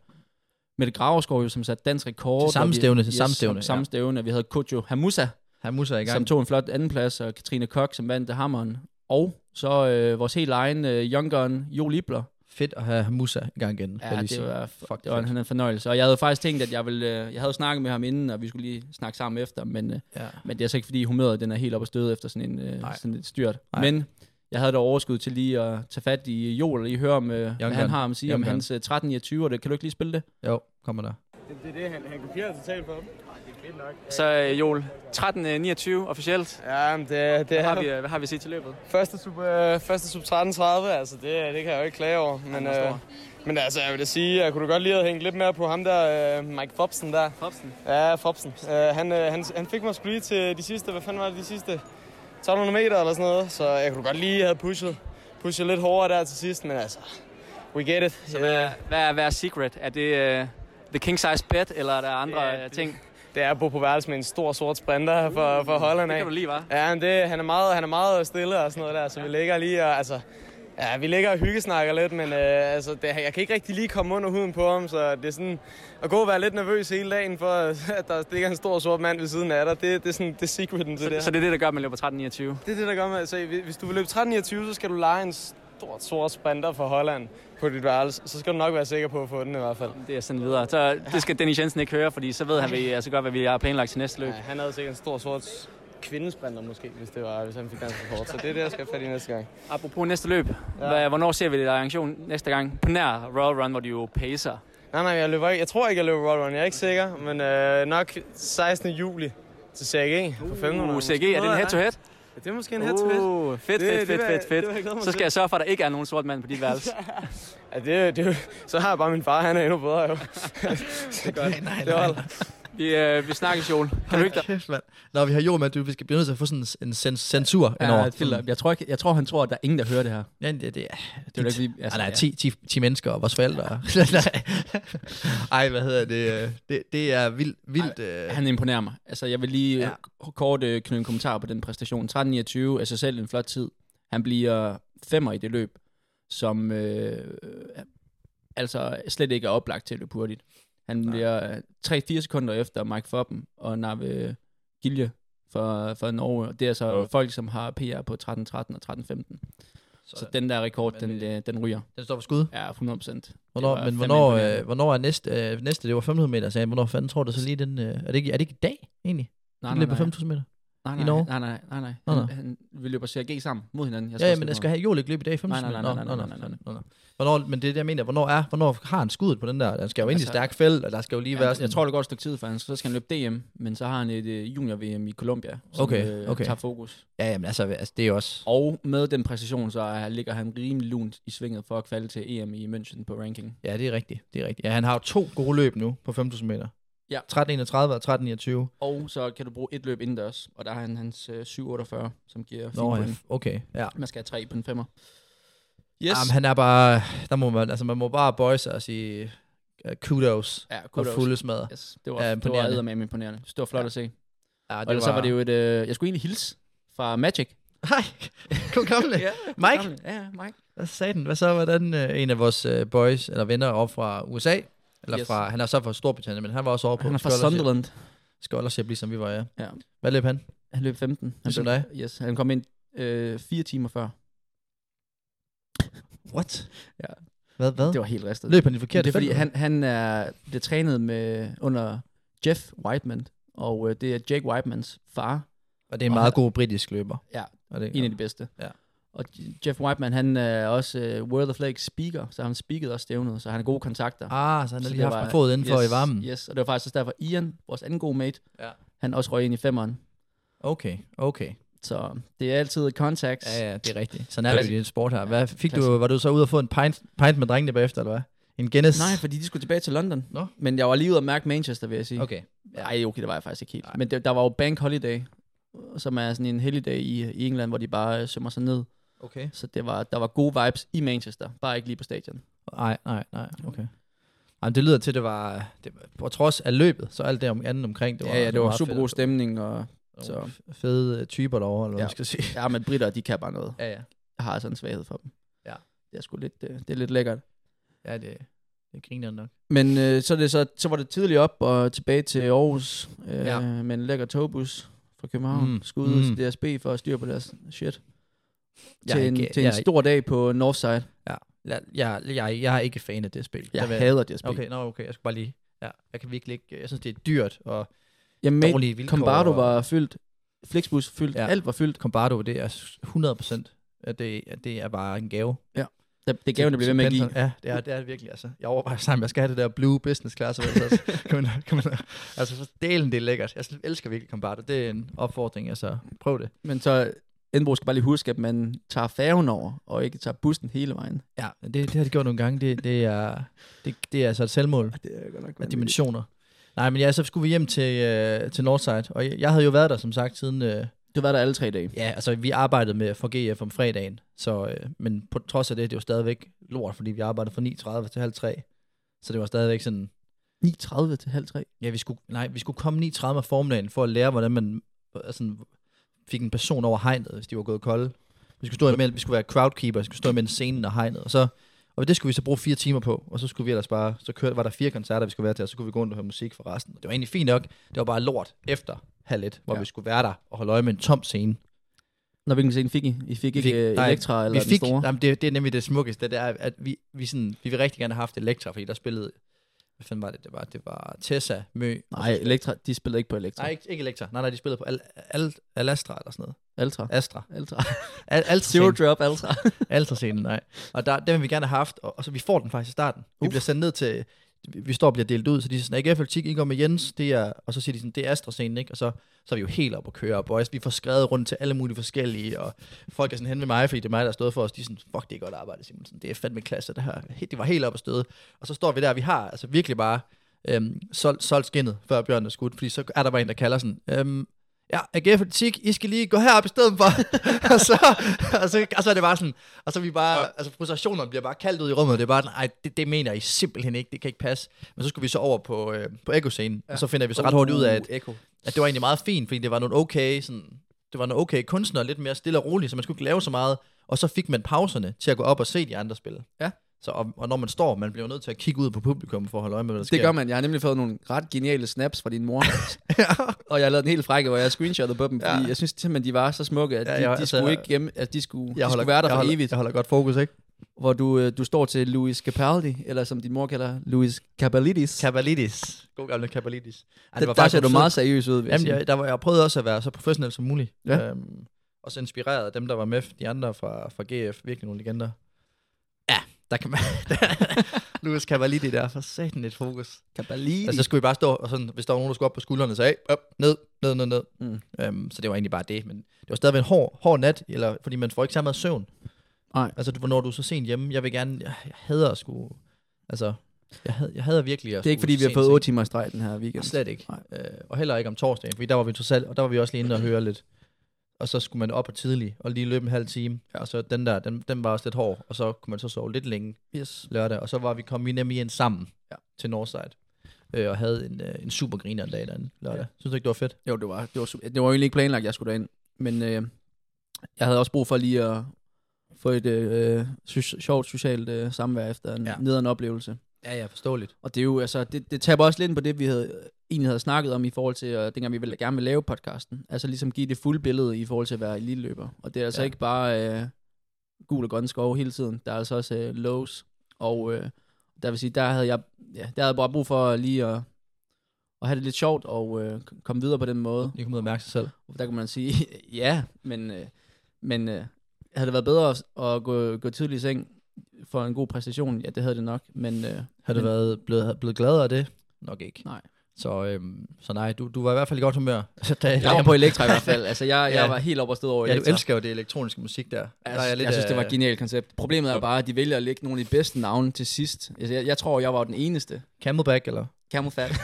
Speaker 5: Mette Graverskov, jo, som satte dansk rekord.
Speaker 4: Til samme
Speaker 5: og vi-
Speaker 4: stævne, til samme stævne,
Speaker 5: Sam,
Speaker 4: ja.
Speaker 5: samme stævne. Vi havde Kojo Hamusa,
Speaker 4: Han muser i gang.
Speaker 5: som tog en flot andenplads, og Katrine Kok, som vandt hammeren. Og så øh, vores helt egen øh, young gun, Jo Libler.
Speaker 4: Fedt at have Musa i gang igen. vil jeg
Speaker 5: Ja,
Speaker 4: lige
Speaker 5: det
Speaker 4: sige.
Speaker 5: var,
Speaker 4: Fuck,
Speaker 5: Fuck, det var en, en fornøjelse. Og jeg havde faktisk tænkt, at jeg ville... Øh, jeg havde snakket med ham inden, og vi skulle lige snakke sammen efter, men, øh,
Speaker 4: Ja.
Speaker 5: men det er så ikke, fordi humøret den er helt op og støde efter sådan, en, øh,
Speaker 4: Nej.
Speaker 5: sådan et styrt.
Speaker 4: Nej.
Speaker 5: Men jeg havde da overskud til lige at tage fat i Joel og lige høre, om, øh, hvad
Speaker 4: Gun.
Speaker 5: han har om at sige
Speaker 4: Young
Speaker 5: om
Speaker 4: Gun.
Speaker 5: hans øh, 13-29, og det kan du ikke lige spille det?
Speaker 4: Jo, kommer der.
Speaker 8: Det er det, han, han kopierer totalt for dem. Så øh, Joel, 13.29 officielt.
Speaker 9: Ja, men det, det
Speaker 8: Hvad
Speaker 9: er
Speaker 8: har, vi, øh, hvad har vi set til løbet?
Speaker 9: Første sub, øh, første sub 1330, altså det, det kan jeg jo ikke klage over. Men,
Speaker 8: er stor.
Speaker 9: øh, men altså, jeg vil da sige, jeg kunne da godt lige have hængt lidt mere på ham der, øh, Mike Fobsen der.
Speaker 8: Fobsen?
Speaker 9: Ja, Fobsen. Øh, han, øh, han, han fik mig sgu lige til de sidste, hvad fanden var det de sidste? 1200 meter eller sådan noget, så jeg kunne da godt lige have pushet, pushet lidt hårdere der til sidst, men altså, we get it.
Speaker 8: Så hvad, hvad, er, hvad er secret? Er det øh, the king size bed, eller er der andre
Speaker 9: Ja,
Speaker 8: ja,
Speaker 9: det-
Speaker 8: ting?
Speaker 9: Det er at bo på værelse med en stor sort sprinter for, for Holland
Speaker 8: Det
Speaker 9: af.
Speaker 8: kan du lige, var.
Speaker 9: Ja, men det, han, er meget, han er meget stille og sådan noget der, så vi ligger lige og, altså, ja, vi ligger og hyggesnakker lidt, men øh, altså, det, jeg kan ikke rigtig lige komme under huden på ham, så det er sådan at gå og være lidt nervøs hele dagen for, at der ligger en stor sort mand ved siden af dig. Det, det er sådan, det er secreten til det her.
Speaker 8: Så, så det er det, der gør, at man løber 13.29.
Speaker 9: Det er det, der gør med, altså, hvis du vil løbe 13.29, så skal du lege en stor sort sprinter fra Holland på dit værelse, så skal du nok være sikker på at få den i hvert fald.
Speaker 8: Det er sådan videre. Så det skal Dennis Jensen ikke høre, fordi så ved han vi, altså godt, hvad vi har planlagt til næste løb.
Speaker 9: Nej, han havde sikkert en stor sort kvindesprinter måske, hvis, det var, hvis han fik dansk rekord. Så det er det, jeg skal have fat i næste gang.
Speaker 8: Apropos næste løb, ja. hvornår ser vi det arrangement næste gang? På nær Royal Run, hvor du jo pacer.
Speaker 9: Nej, nej, jeg, løber ikke. jeg tror ikke, jeg løber roll run. Jeg er ikke sikker, men øh, nok 16. juli til CAG på 500.
Speaker 8: Uh, CG, er det en head-to-head?
Speaker 9: Ja, det er måske en head-to-head.
Speaker 8: Uh, fedt,
Speaker 9: Det-
Speaker 8: fedt,
Speaker 9: det
Speaker 8: fedt,
Speaker 9: vil jeg-
Speaker 8: fedt,
Speaker 9: det vil jeg glæde
Speaker 8: fedt.
Speaker 9: mig
Speaker 8: Så skal
Speaker 9: til.
Speaker 8: jeg sørge for, at der ikke er nogen sort mand på dit værelse.
Speaker 9: Ja, det, det, så har jeg bare min far, han er endnu bedre jo. det gør
Speaker 4: Nej, nej,
Speaker 9: Det
Speaker 4: nej.
Speaker 9: holder.
Speaker 8: vi, øh, vi snakkes, Joel. Kan du ikke
Speaker 4: Kæft, mand. Nå, vi har jo med, at du- vi skal blive nødt til at få sådan en- en cens- censur ja,
Speaker 5: Ja,
Speaker 4: indover.
Speaker 5: et filter. Jeg tror, ikke, jeg tror, han tror, at der er ingen, der hører det her.
Speaker 4: Ja, det, det, er-
Speaker 5: Det er jo ikke, vi,
Speaker 4: altså, nej, 10, 10, 10 mennesker og vores forældre. Nej. Ej, hvad hedder det? øh, Det, det er vildt. vildt øh,
Speaker 5: Han imponerer mig. Altså, jeg vil lige
Speaker 4: Ja.
Speaker 5: ja. kort øh, knytte en kommentar på den præstation. 13.29 er sig selv en flot tid. Han bliver femmer i det løb, som øh, altså slet ikke er oplagt til at løbe hurtigt. Han Nej. bliver øh, 3-4 sekunder efter Mike Foppen og Nave Gilje fra, fra Norge. Og Det er så
Speaker 4: Jo.
Speaker 5: folk, som har PR på 13.13 og 13.15. Så den der rekord, den,
Speaker 4: Vanvittigt.
Speaker 5: øh, den ryger.
Speaker 4: den står for skud.
Speaker 5: Ja, 100%.
Speaker 4: Hvornår,
Speaker 5: var
Speaker 4: men
Speaker 5: fandme
Speaker 4: hvornår,
Speaker 5: imponerende.
Speaker 4: øh, hvornår er næste, øh, næste, det var 500 meter, sagde han. Hvornår fanden tror du så lige den, øh, er, det ikke, er det ikke i dag, egentlig?
Speaker 5: Nej,
Speaker 4: Den
Speaker 5: nej,
Speaker 4: løber
Speaker 5: nej.
Speaker 4: 5.000 meter.
Speaker 5: Nej,
Speaker 4: i
Speaker 5: nej,
Speaker 4: Norge?
Speaker 5: nej, nej, nej, nej.
Speaker 4: Nå,
Speaker 5: Han,
Speaker 4: nå.
Speaker 5: han, vi løber CRG sammen mod hinanden. Jeg
Speaker 4: Ja, ja,
Speaker 5: også
Speaker 4: men
Speaker 5: lidt
Speaker 4: jeg skal
Speaker 5: med.
Speaker 4: have Jolik løb i dag i 5.000 meter.
Speaker 5: Nej, nej, nej, nej, nej, nej, nej,
Speaker 4: nej. Hvornår, men det er det, jeg mener. Hvornår, er, hvornår har han skuddet på den der? Den skal jo ind i
Speaker 5: Altså-
Speaker 4: stærk felt, og der skal jo lige
Speaker 5: Ja,
Speaker 4: være
Speaker 5: jeg,
Speaker 4: sådan...
Speaker 5: jeg tror, det går et stykke tid for han. Så skal han løbe DM, men så har han et øh, junior-VM i Colombia, som
Speaker 4: Okay,
Speaker 5: øh,
Speaker 4: okay.
Speaker 5: tager fokus.
Speaker 4: Ja, jamen, altså, altså, det er jo også...
Speaker 5: Og med den præcision, så er, ligger han rimelig lunt i svinget for at kvalde til EM i München på ranking.
Speaker 4: Ja, det er rigtigt. Det er rigtigt. Ja, han har jo to gode løb nu på 5.000 meter.
Speaker 5: Ja.
Speaker 4: 13.31 og 13.29.
Speaker 5: Og så kan du bruge et løb indendørs, og der har han hans øh, 748, som giver 4
Speaker 4: Nå, ja,
Speaker 5: point.
Speaker 4: okay. Ja.
Speaker 5: Man skal have 3 på en femmer.
Speaker 4: Yes.
Speaker 5: Yes.
Speaker 4: Jamen, han er bare... Der må man, altså, man må bare bøje sig og sige uh, kudos,
Speaker 5: ja,
Speaker 4: kudos,
Speaker 5: kudos.
Speaker 4: og fulde smadre.
Speaker 5: Yes, det var,
Speaker 4: Ja,
Speaker 5: ja, det var
Speaker 4: imponerende.
Speaker 5: eddermame imponerende. Det var flot ja. at se.
Speaker 4: Ja,
Speaker 5: Og ellers så var det jo et... Øh, jeg skulle egentlig hilse fra Magic.
Speaker 4: Hej, kom gamle. Mike,
Speaker 5: Ja, ja, Mike.
Speaker 4: hvad sagde den? Hvad så, hvordan øh, en af vores øh, boys, eller venner op fra USA, eller
Speaker 5: Yes.
Speaker 4: fra, han er så fra Storbritannien, men han var også over på
Speaker 5: Han er fra
Speaker 4: scholarship-
Speaker 5: Sunderland.
Speaker 4: Scholarship, ligesom vi var, ja.
Speaker 5: Ja.
Speaker 4: Hvad løb han?
Speaker 5: Han løb 15. Han
Speaker 4: Ligesom
Speaker 5: blev- Yes, han kom ind øh, fire timer før.
Speaker 4: What?
Speaker 5: Ja.
Speaker 4: Hvad, hvad?
Speaker 5: Det var helt ristet.
Speaker 4: Løb han i
Speaker 5: Men
Speaker 4: forkert
Speaker 5: det er fordi, han, han er, bliver trænet med, under Jeff Whiteman, og øh, det er Jake Whitemans far,
Speaker 4: Og det er en
Speaker 5: og
Speaker 4: meget
Speaker 5: han-
Speaker 4: god britisk løber.
Speaker 5: Ja,
Speaker 4: Og det,
Speaker 5: en af de bedste.
Speaker 4: Ja.
Speaker 5: Og Jeff Whiteman, han er også øh, World of Lake speaker, så han speakede også stævnet, så han har gode kontakter.
Speaker 4: Ah, så han
Speaker 5: Så
Speaker 4: har
Speaker 5: det
Speaker 4: lige haft
Speaker 5: var-
Speaker 4: en fod indenfor
Speaker 5: yes,
Speaker 4: i varmen.
Speaker 5: Yes, og det var faktisk også derfor Ian, vores anden gode mate,
Speaker 4: Ja.
Speaker 5: han også røg ind i femmeren.
Speaker 4: Okay, okay.
Speaker 5: Så det er altid contacts.
Speaker 4: Ja, ja, det er rigtigt. Sådan er det jo i den sport her. Hvad, fik du,
Speaker 5: Klasse.
Speaker 4: var du så ude og få en pint, pint med drengene bagefter, eller hvad? En Guinness?
Speaker 5: Nej, fordi de skulle tilbage til London.
Speaker 4: Nå.
Speaker 5: Men jeg var lige ude og mærke Manchester, vil jeg sige.
Speaker 4: Okay. Ja.
Speaker 5: Nej, okay, det var jeg faktisk ikke helt. Men det, der var jo Bank Holiday, som er sådan en helligdag i, i England, hvor de bare øh, sømmer sig ned.
Speaker 4: Okay.
Speaker 5: Så det var, der var gode vibes i Manchester, bare ikke lige på stadion.
Speaker 4: Nej, nej, nej, okay. Jamen, det lyder til, at det var, det var, på trods af løbet, så alt det om, andet omkring, det var, meget
Speaker 5: super
Speaker 4: fedt.
Speaker 5: god stemning. Og,
Speaker 4: Der var
Speaker 5: så-
Speaker 4: f- Fede øh, typer derovre, eller hvad
Speaker 5: Ja.
Speaker 4: man skal sige.
Speaker 5: ja, men britter, de kan bare noget.
Speaker 4: Ja, ja.
Speaker 5: Jeg har altså en svaghed for dem.
Speaker 4: Ja.
Speaker 5: Det er sgu lidt, øh, det er lidt lækkert.
Speaker 4: Ja, det, det griner nok.
Speaker 5: Men øh, så, er det så, så var det tidligt op og tilbage til Aarhus øh,
Speaker 4: Ja.
Speaker 5: ja. med en lækker togbus fra København.
Speaker 4: Mm,
Speaker 5: Mm. Skud mm.
Speaker 4: mm.
Speaker 5: til DSB for at styre på deres shit.
Speaker 4: Jeg er
Speaker 5: til en,
Speaker 4: ikke-
Speaker 5: til en
Speaker 4: jeg er-
Speaker 5: stor dag på Northside.
Speaker 4: Jeg, jeg, jeg, jeg er ikke fan af det spil.
Speaker 5: Jeg
Speaker 4: Der vil-
Speaker 5: hader DSB.
Speaker 4: Okay, nå, okay, jeg skal bare lige... Ja, jeg kan virkelig ikke... Jeg synes, det er dyrt, og
Speaker 5: Jamen, mate,
Speaker 4: dårlige vilkår.
Speaker 5: Combardo
Speaker 4: og-
Speaker 5: var fyldt, Flixbus fyldt,
Speaker 4: Ja.
Speaker 5: ja. alt var fyldt.
Speaker 4: Combardo, det er 100 procent, at det, at det er bare en gave.
Speaker 5: Ja. Det, det gaven, det bliver ved med at give.
Speaker 4: Ja, det er, det er det virkelig, altså. Jeg overvejer sammen, jeg skal have det der blue business class, og så altså, kan man, kan man, altså for delen, det er lækkert. Jeg elsker virkelig Combardo, det er en opfordring, altså prøv det.
Speaker 5: Men så Indbro skal bare lige huske, at man tager færgen over, og ikke tager bussen hele vejen.
Speaker 4: Ja, det, det har de gjort nogle gange, det, det, er, det, det er altså et selvmål
Speaker 5: Det er godt nok
Speaker 4: af dimensioner. Nej, men ja, så skulle vi hjem til, øh, til Northside, og jeg, jeg havde jo været der, som sagt, siden... Øh,
Speaker 5: Du var der alle tre dage.
Speaker 4: Ja, altså vi arbejdede med for GF om fredagen, så, øh, men på trods af det, det var stadigvæk lort, fordi vi arbejdede fra 9.30 til halv tre. Så det var stadigvæk sådan,
Speaker 5: 9.30 til halv tre.
Speaker 4: ja, vi skulle, nej, vi skulle komme 9.30 om formiddagen for at lære, hvordan man øh, sådan, fik en person over hegnet, hvis de var gået kolde. Vi skulle, stå imellem, vi skulle være crowdkeeper, vi skulle stå imellem scenen og hegnet, og så og det skulle vi så bruge fire timer på, og så skulle vi ellers bare, så kørte, var der fire koncerter, vi skulle være til, og så kunne vi gå rundt og høre musik for resten. Det var egentlig fint nok, det var bare lort efter halv et, hvor ja. vi skulle være der og holde øje med en tom scene.
Speaker 5: Når hvilken scene fik I? I fik ikke fik,
Speaker 4: nej,
Speaker 5: øh, Elektra eller
Speaker 4: vi fik,
Speaker 5: den store?
Speaker 4: Jamen, det, det er nemlig det smukkeste, det er, at vi, vi, sådan, vi vil rigtig gerne have haft Elektra, fordi der spillede, hvad fanden var det, det var, det var Tessa, Mø. og
Speaker 5: Nej,
Speaker 4: så-
Speaker 5: Elektra, de spillede ikke på Elektra.
Speaker 4: Nej, ikke, ikke Elektra. Nej, nej, de spillede på Al, Al, Alastra eller sådan noget.
Speaker 5: Altra.
Speaker 4: Astra.
Speaker 5: Altra.
Speaker 4: Al,
Speaker 5: Zero
Speaker 4: Altra-scenen.
Speaker 5: Drop altså. Altra.
Speaker 4: Altra-scenen, nej. Og der, den vil vi gerne have haft, og, og så vi får den faktisk i starten. Vi
Speaker 5: Uf.
Speaker 4: bliver sendt ned til, vi, vi står og bliver delt ud, så de siger sådan, AGF Atletik, I går med Jens, det er, og så siger de sådan, det er Astra-scenen, ikke? Og så, så er vi jo helt op at køre, og boys, vi får skrevet rundt til alle mulige forskellige, og folk er sådan hen ved mig, fordi det er mig, der har stået for os, de er sådan, fuck, det er godt arbejde, Simonsen, det er fandme klasse, det her, He- det var helt op at støde. Og så står vi der, vi har altså virkelig bare øhm, solgt, solgt skinnet, før bjørnen er skudt, fordi så er der bare en, der kalder sådan, øhm, ja, AGF Atletik, I skal lige gå herop i stedet for. og, så, og, så, og så er det bare sådan, og så er vi bare, altså frustrationerne bliver bare kaldt ud i rummet, det er bare sådan, ej, det, det mener I simpelthen ikke, det kan ikke passe. Men så skulle vi så over på, øh, på Echo-scenen, ja. og så finder vi så ret hurtigt ud af, at,
Speaker 5: Echo.
Speaker 4: at det var egentlig meget fint, fordi det var nogle okay, sådan, det var nogle okay kunstnere, lidt mere stille og roligt, så man skulle ikke lave så meget, og så fik man pauserne til at gå op og se de andre spille.
Speaker 5: Ja.
Speaker 4: Så, og, og, når man står, man bliver nødt til at kigge ud på publikum for at holde øje med, hvad der sker.
Speaker 5: Det gør man. Jeg har nemlig fået nogle ret geniale snaps fra din mor. Og jeg har lavet en helt frække, hvor jeg screenshottede på dem, fordi
Speaker 4: Ja.
Speaker 5: jeg synes simpelthen, de var så smukke, at de,
Speaker 4: Ja,
Speaker 5: ja,
Speaker 4: jeg-
Speaker 5: de
Speaker 4: altså-
Speaker 5: skulle ikke gemme, at de skulle, de
Speaker 4: Jeg holder,
Speaker 5: skulle være der
Speaker 4: jeg,
Speaker 5: for
Speaker 4: holder,
Speaker 5: evigt.
Speaker 4: jeg holder godt fokus, ikke?
Speaker 5: Hvor du, øh, du står til Louis Capaldi, eller som din mor kalder, Louis Capalidis.
Speaker 4: Kabalidis. God gamle Kabalidis. Ej,
Speaker 5: det, der ser du meget seriøs ud, vil jeg
Speaker 4: Jamen,
Speaker 5: sige.
Speaker 4: jeg, der var, jeg prøvede også at være så professionel som muligt.
Speaker 5: Ja.
Speaker 4: Øhm, også inspireret af dem, der var med, de andre fra, fra GF, virkelig nogle legender. Ja, der kan man... Louis Cavalli, der er for satan et fokus.
Speaker 5: Capalidis.
Speaker 4: Altså, så skulle vi bare stå, og sådan, hvis der var nogen, der skulle op på skuldrene, så af, op, ned, ned, ned, ned.
Speaker 5: Mm.
Speaker 4: Mm. Øhm, så det var egentlig bare det, men det var stadigvæk en hård, hård nat, eller, fordi man får ikke så meget søvn.
Speaker 5: Nej.
Speaker 4: Altså, du- hvornår du er så sent hjemme, jeg vil gerne, jeg, jeg hader at skulle, altså, jeg, had, jeg hader virkelig at
Speaker 5: det er ikke,
Speaker 4: skulle
Speaker 5: fordi vi har
Speaker 4: sent
Speaker 5: fået
Speaker 4: til-
Speaker 5: 8 timer i streg den her weekend.
Speaker 4: Slet ikke.
Speaker 5: Nej.
Speaker 4: Øh, og heller ikke om torsdagen, fordi der var vi totalt, og der var vi også lige inde og høre lidt. Og så skulle man op og tidligt, og lige løbe en halv time. Ja. Og så den der, den, den var også lidt hård, og så kunne man så sove lidt længe
Speaker 5: Yes.
Speaker 4: lørdag. Og så var vi kom vi nemlig ind sammen ja. til Northside, øh, og havde en, øh, en super griner en dag derinde lørdag. Ja. Synes du ikke, det var fedt?
Speaker 5: Jo, det var, det var, super, det var egentlig ikke planlagt, at jeg skulle derind. Men øh, jeg havde også brug for lige at få et øh, so- sjovt socialt øh, samvær efter en ja.
Speaker 4: Ja.
Speaker 5: nederen oplevelse.
Speaker 4: Ja, ja, forståeligt.
Speaker 5: Og det er jo, altså, det, det taber også lidt ind på det, vi havde, egentlig havde snakket om i forhold til, og dengang vi ville, gerne ville lave podcasten. Altså ligesom give det fulde billede i forhold til at være eliteløber. Og det er altså ja.
Speaker 4: Ja.
Speaker 5: ikke bare øh, gul og grøn skov hele tiden. Der er altså også øh, lows. Og øh, der vil sige, der havde jeg, ja, der havde jeg bare brug for lige at, at have det lidt sjovt og øh, komme videre på den måde.
Speaker 4: I kunne ud og mærke sig selv.
Speaker 5: Der kunne man sige, ja, men, øh, men øh, havde det været bedre at, at gå, gå tidlig i seng for en god præstation? Ja, det havde det nok, men... Øh,
Speaker 4: Har du
Speaker 5: men-
Speaker 4: været blevet, blevet gladere af det? Nok ikke.
Speaker 5: Nej.
Speaker 4: Så, øhm, så nej, du, du var i hvert fald i godt humør.
Speaker 5: Jeg var på Elektra i hvert fald. Altså, jeg, jeg
Speaker 4: Ja.
Speaker 5: var helt op og stød over
Speaker 4: Ja, du
Speaker 5: Elektra.
Speaker 4: elsker jo det elektroniske musik der.
Speaker 5: Jeg,
Speaker 4: der er
Speaker 5: jeg, jeg synes, det var
Speaker 4: øh,
Speaker 5: et genialt koncept. Problemet er bare, at de vælger at lægge nogle af de bedste navne til sidst. Altså, jeg, jeg tror, jeg var den eneste.
Speaker 4: Camelback, eller?
Speaker 5: Camelfat.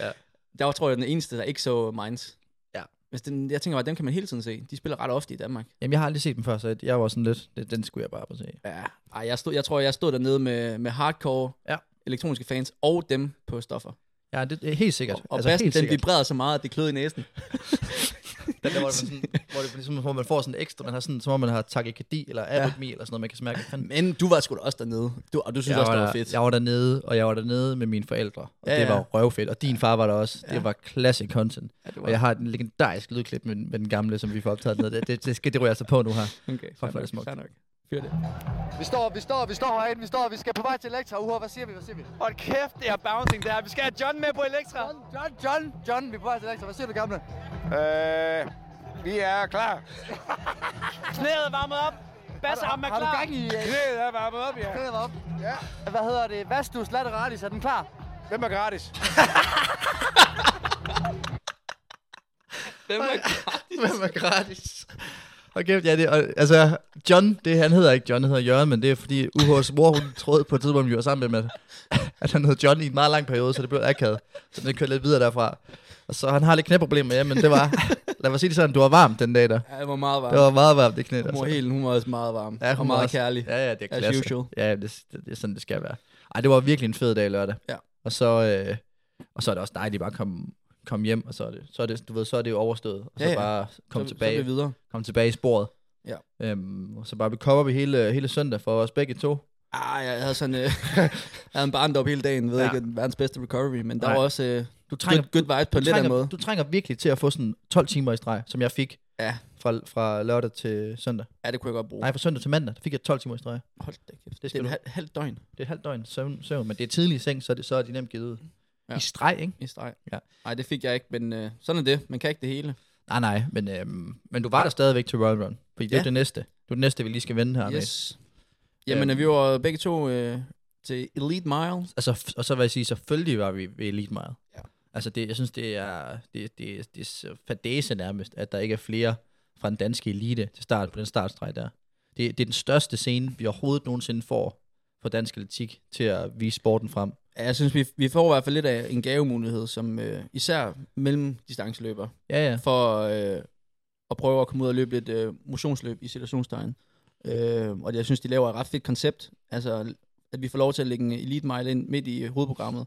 Speaker 5: ja.
Speaker 4: Ja.
Speaker 5: Der var, tror jeg, den eneste, der ikke så Minds.
Speaker 4: Ja.
Speaker 5: Hvis den, jeg tænker bare, dem kan man hele tiden se. De spiller ret ofte i Danmark.
Speaker 4: Jamen, jeg har aldrig set dem før, så jeg var sådan lidt, det- den skulle jeg bare op og se.
Speaker 5: Ja. Ej, jeg, stod, jeg tror, jeg stod dernede med, med hardcore
Speaker 4: Ja.
Speaker 5: elektroniske fans og dem på stoffer.
Speaker 4: Ja, det, det er helt sikkert.
Speaker 5: Og, og altså, bassen,
Speaker 4: helt
Speaker 5: den
Speaker 4: sikkert.
Speaker 5: vibrerede så meget, at det klød i næsen.
Speaker 4: Den der, hvor, det sådan, hvor, det, ligesom, hvor man får sådan ekstra, man har sådan, som om man har takykardi eller arytmi ja. eller sådan noget, man kan smærke. Fanden.
Speaker 5: Men du var sgu da også dernede, du, og du synes
Speaker 4: Jeg
Speaker 5: jeg også,
Speaker 4: var,
Speaker 5: det var
Speaker 4: der,
Speaker 5: fedt.
Speaker 4: jeg var dernede, og jeg var dernede med mine forældre, og
Speaker 5: Ja,
Speaker 4: ja, det
Speaker 5: ja.
Speaker 4: var røvfedt. Og din far var der også. Ja. Det var classic content.
Speaker 5: Ja, det var-
Speaker 4: Og jeg har den legendarisk lydklip med, med den gamle, som vi får optaget ned. Det, det, det, skal det ryger jeg så på nu her.
Speaker 5: Okay,
Speaker 4: hvor er det smukt.
Speaker 5: Fair nok. Fyr det.
Speaker 6: Vi står, vi står, vi står herinde, vi står, vi skal på vej til Elektra. Uha, hvad siger vi, hvad siger vi?
Speaker 10: Hold kæft, det er bouncing der. Vi skal have John med på Elektra.
Speaker 6: John, John, John, John, vi er på vej til Elektra. Hvad siger du, gamle?
Speaker 10: Øh, Knæet varmet op. basser ham er
Speaker 6: har du
Speaker 10: klar.
Speaker 6: gang i, øh,
Speaker 10: Knæet er varmet op, ja.
Speaker 6: Knæet er op. Ja. Hvad hedder det? Vastus Lateralis, er den klar?
Speaker 10: Hvem er gratis?
Speaker 5: Hvem
Speaker 4: er gratis? Hvem er gratis? Og kæft, ja, det, og, altså, John, det, han hedder ikke John, han hedder Jørgen, men det er fordi UH's mor, hun troede på et tidspunkt, vi var sammen med, ham, at, at han hed John i en meget lang periode, så det blev akavet. Så den kørte lidt videre derfra. Og så han har lidt knæproblemer, ja, men det var, lad mig sige det sådan, du var varm den dag der.
Speaker 5: Ja, det var meget varmt.
Speaker 4: Det var meget varmt, det knæ. altså.
Speaker 5: Hun var helt, hun var også meget varm. Ja, og
Speaker 4: var
Speaker 5: meget
Speaker 4: også-
Speaker 5: kærlig.
Speaker 4: Ja, ja, det er
Speaker 5: As
Speaker 4: klasse.
Speaker 5: usual.
Speaker 4: Ja, ja, det, det, det, er sådan, det skal være. Ej, det var virkelig en fed dag lørdag.
Speaker 5: Ja.
Speaker 4: Og så, øh, og så er det også dejligt bare at komme, komme hjem, og så er, det, så, er det, du ved, så er det jo overstået. Og så
Speaker 5: Ja, ja.
Speaker 4: bare
Speaker 5: Så-
Speaker 4: komme
Speaker 5: så er
Speaker 4: tilbage,
Speaker 5: vi videre.
Speaker 4: komme tilbage i sporet.
Speaker 5: Ja.
Speaker 4: Øhm, og så bare bekopper vi hele, hele søndag for os begge to.
Speaker 5: Ah, jeg havde sådan øh, jeg havde en barndom hele dagen, ved
Speaker 4: Ja.
Speaker 5: ja. ikke, den verdens bedste recovery, men der
Speaker 4: Nej.
Speaker 5: var også øh,
Speaker 4: du trænger-
Speaker 5: good, good vibes på
Speaker 4: Du
Speaker 5: en lidt anden
Speaker 4: trænger,
Speaker 5: måde.
Speaker 4: du trænger virkelig til at få sådan 12 timer i streg, som jeg fik
Speaker 5: ja.
Speaker 4: fra, fra lørdag til søndag.
Speaker 5: Ja, det kunne jeg godt bruge.
Speaker 4: Nej, fra søndag til mandag, der fik jeg 12 timer i streg.
Speaker 5: Hold da kæft.
Speaker 4: Det,
Speaker 5: Det er
Speaker 4: skal
Speaker 5: en
Speaker 4: du-
Speaker 5: halv, halv døgn.
Speaker 4: Det er et halvt døgn søvn, søvn, men det er tidlig i seng, så er, det, så er de nemt givet ud.
Speaker 5: Ja.
Speaker 4: I streg, ikke?
Speaker 5: I streg.
Speaker 4: Ja.
Speaker 5: Nej, det fik jeg ikke, men øh, sådan er det. Man kan ikke det hele.
Speaker 4: Nej, nej, men, øhm, men du var der stadigvæk til Royal Run, fordi det er
Speaker 5: Ja.
Speaker 4: jo det næste. Det er det næste, vi lige skal vende her med.
Speaker 5: Yes. Jamen,
Speaker 4: Øhm.
Speaker 5: øhm. vi var begge to øh, til Elite Mile.
Speaker 4: Altså, f- og så vil jeg sige, selvfølgelig var vi ved Elite Mile. Ja. Altså, det, jeg synes, det er, det, det, det er så fadæse nærmest, at der ikke er flere fra den danske elite til start på den startstreg der. Det, det er den største scene, vi overhovedet nogensinde får for dansk atletik til at vise sporten frem.
Speaker 5: Ja, Jeg synes, vi, vi får i hvert fald lidt af en gavemulighed, som øh, især mellem distanceløber.
Speaker 4: Ja, ja.
Speaker 5: For øh, at prøve at komme ud og løbe lidt øh, motionsløb i situationstegn. Øh, og jeg synes, de laver et ret fedt koncept. Altså, at vi får lov til at lægge en elite mile ind midt i øh, hovedprogrammet.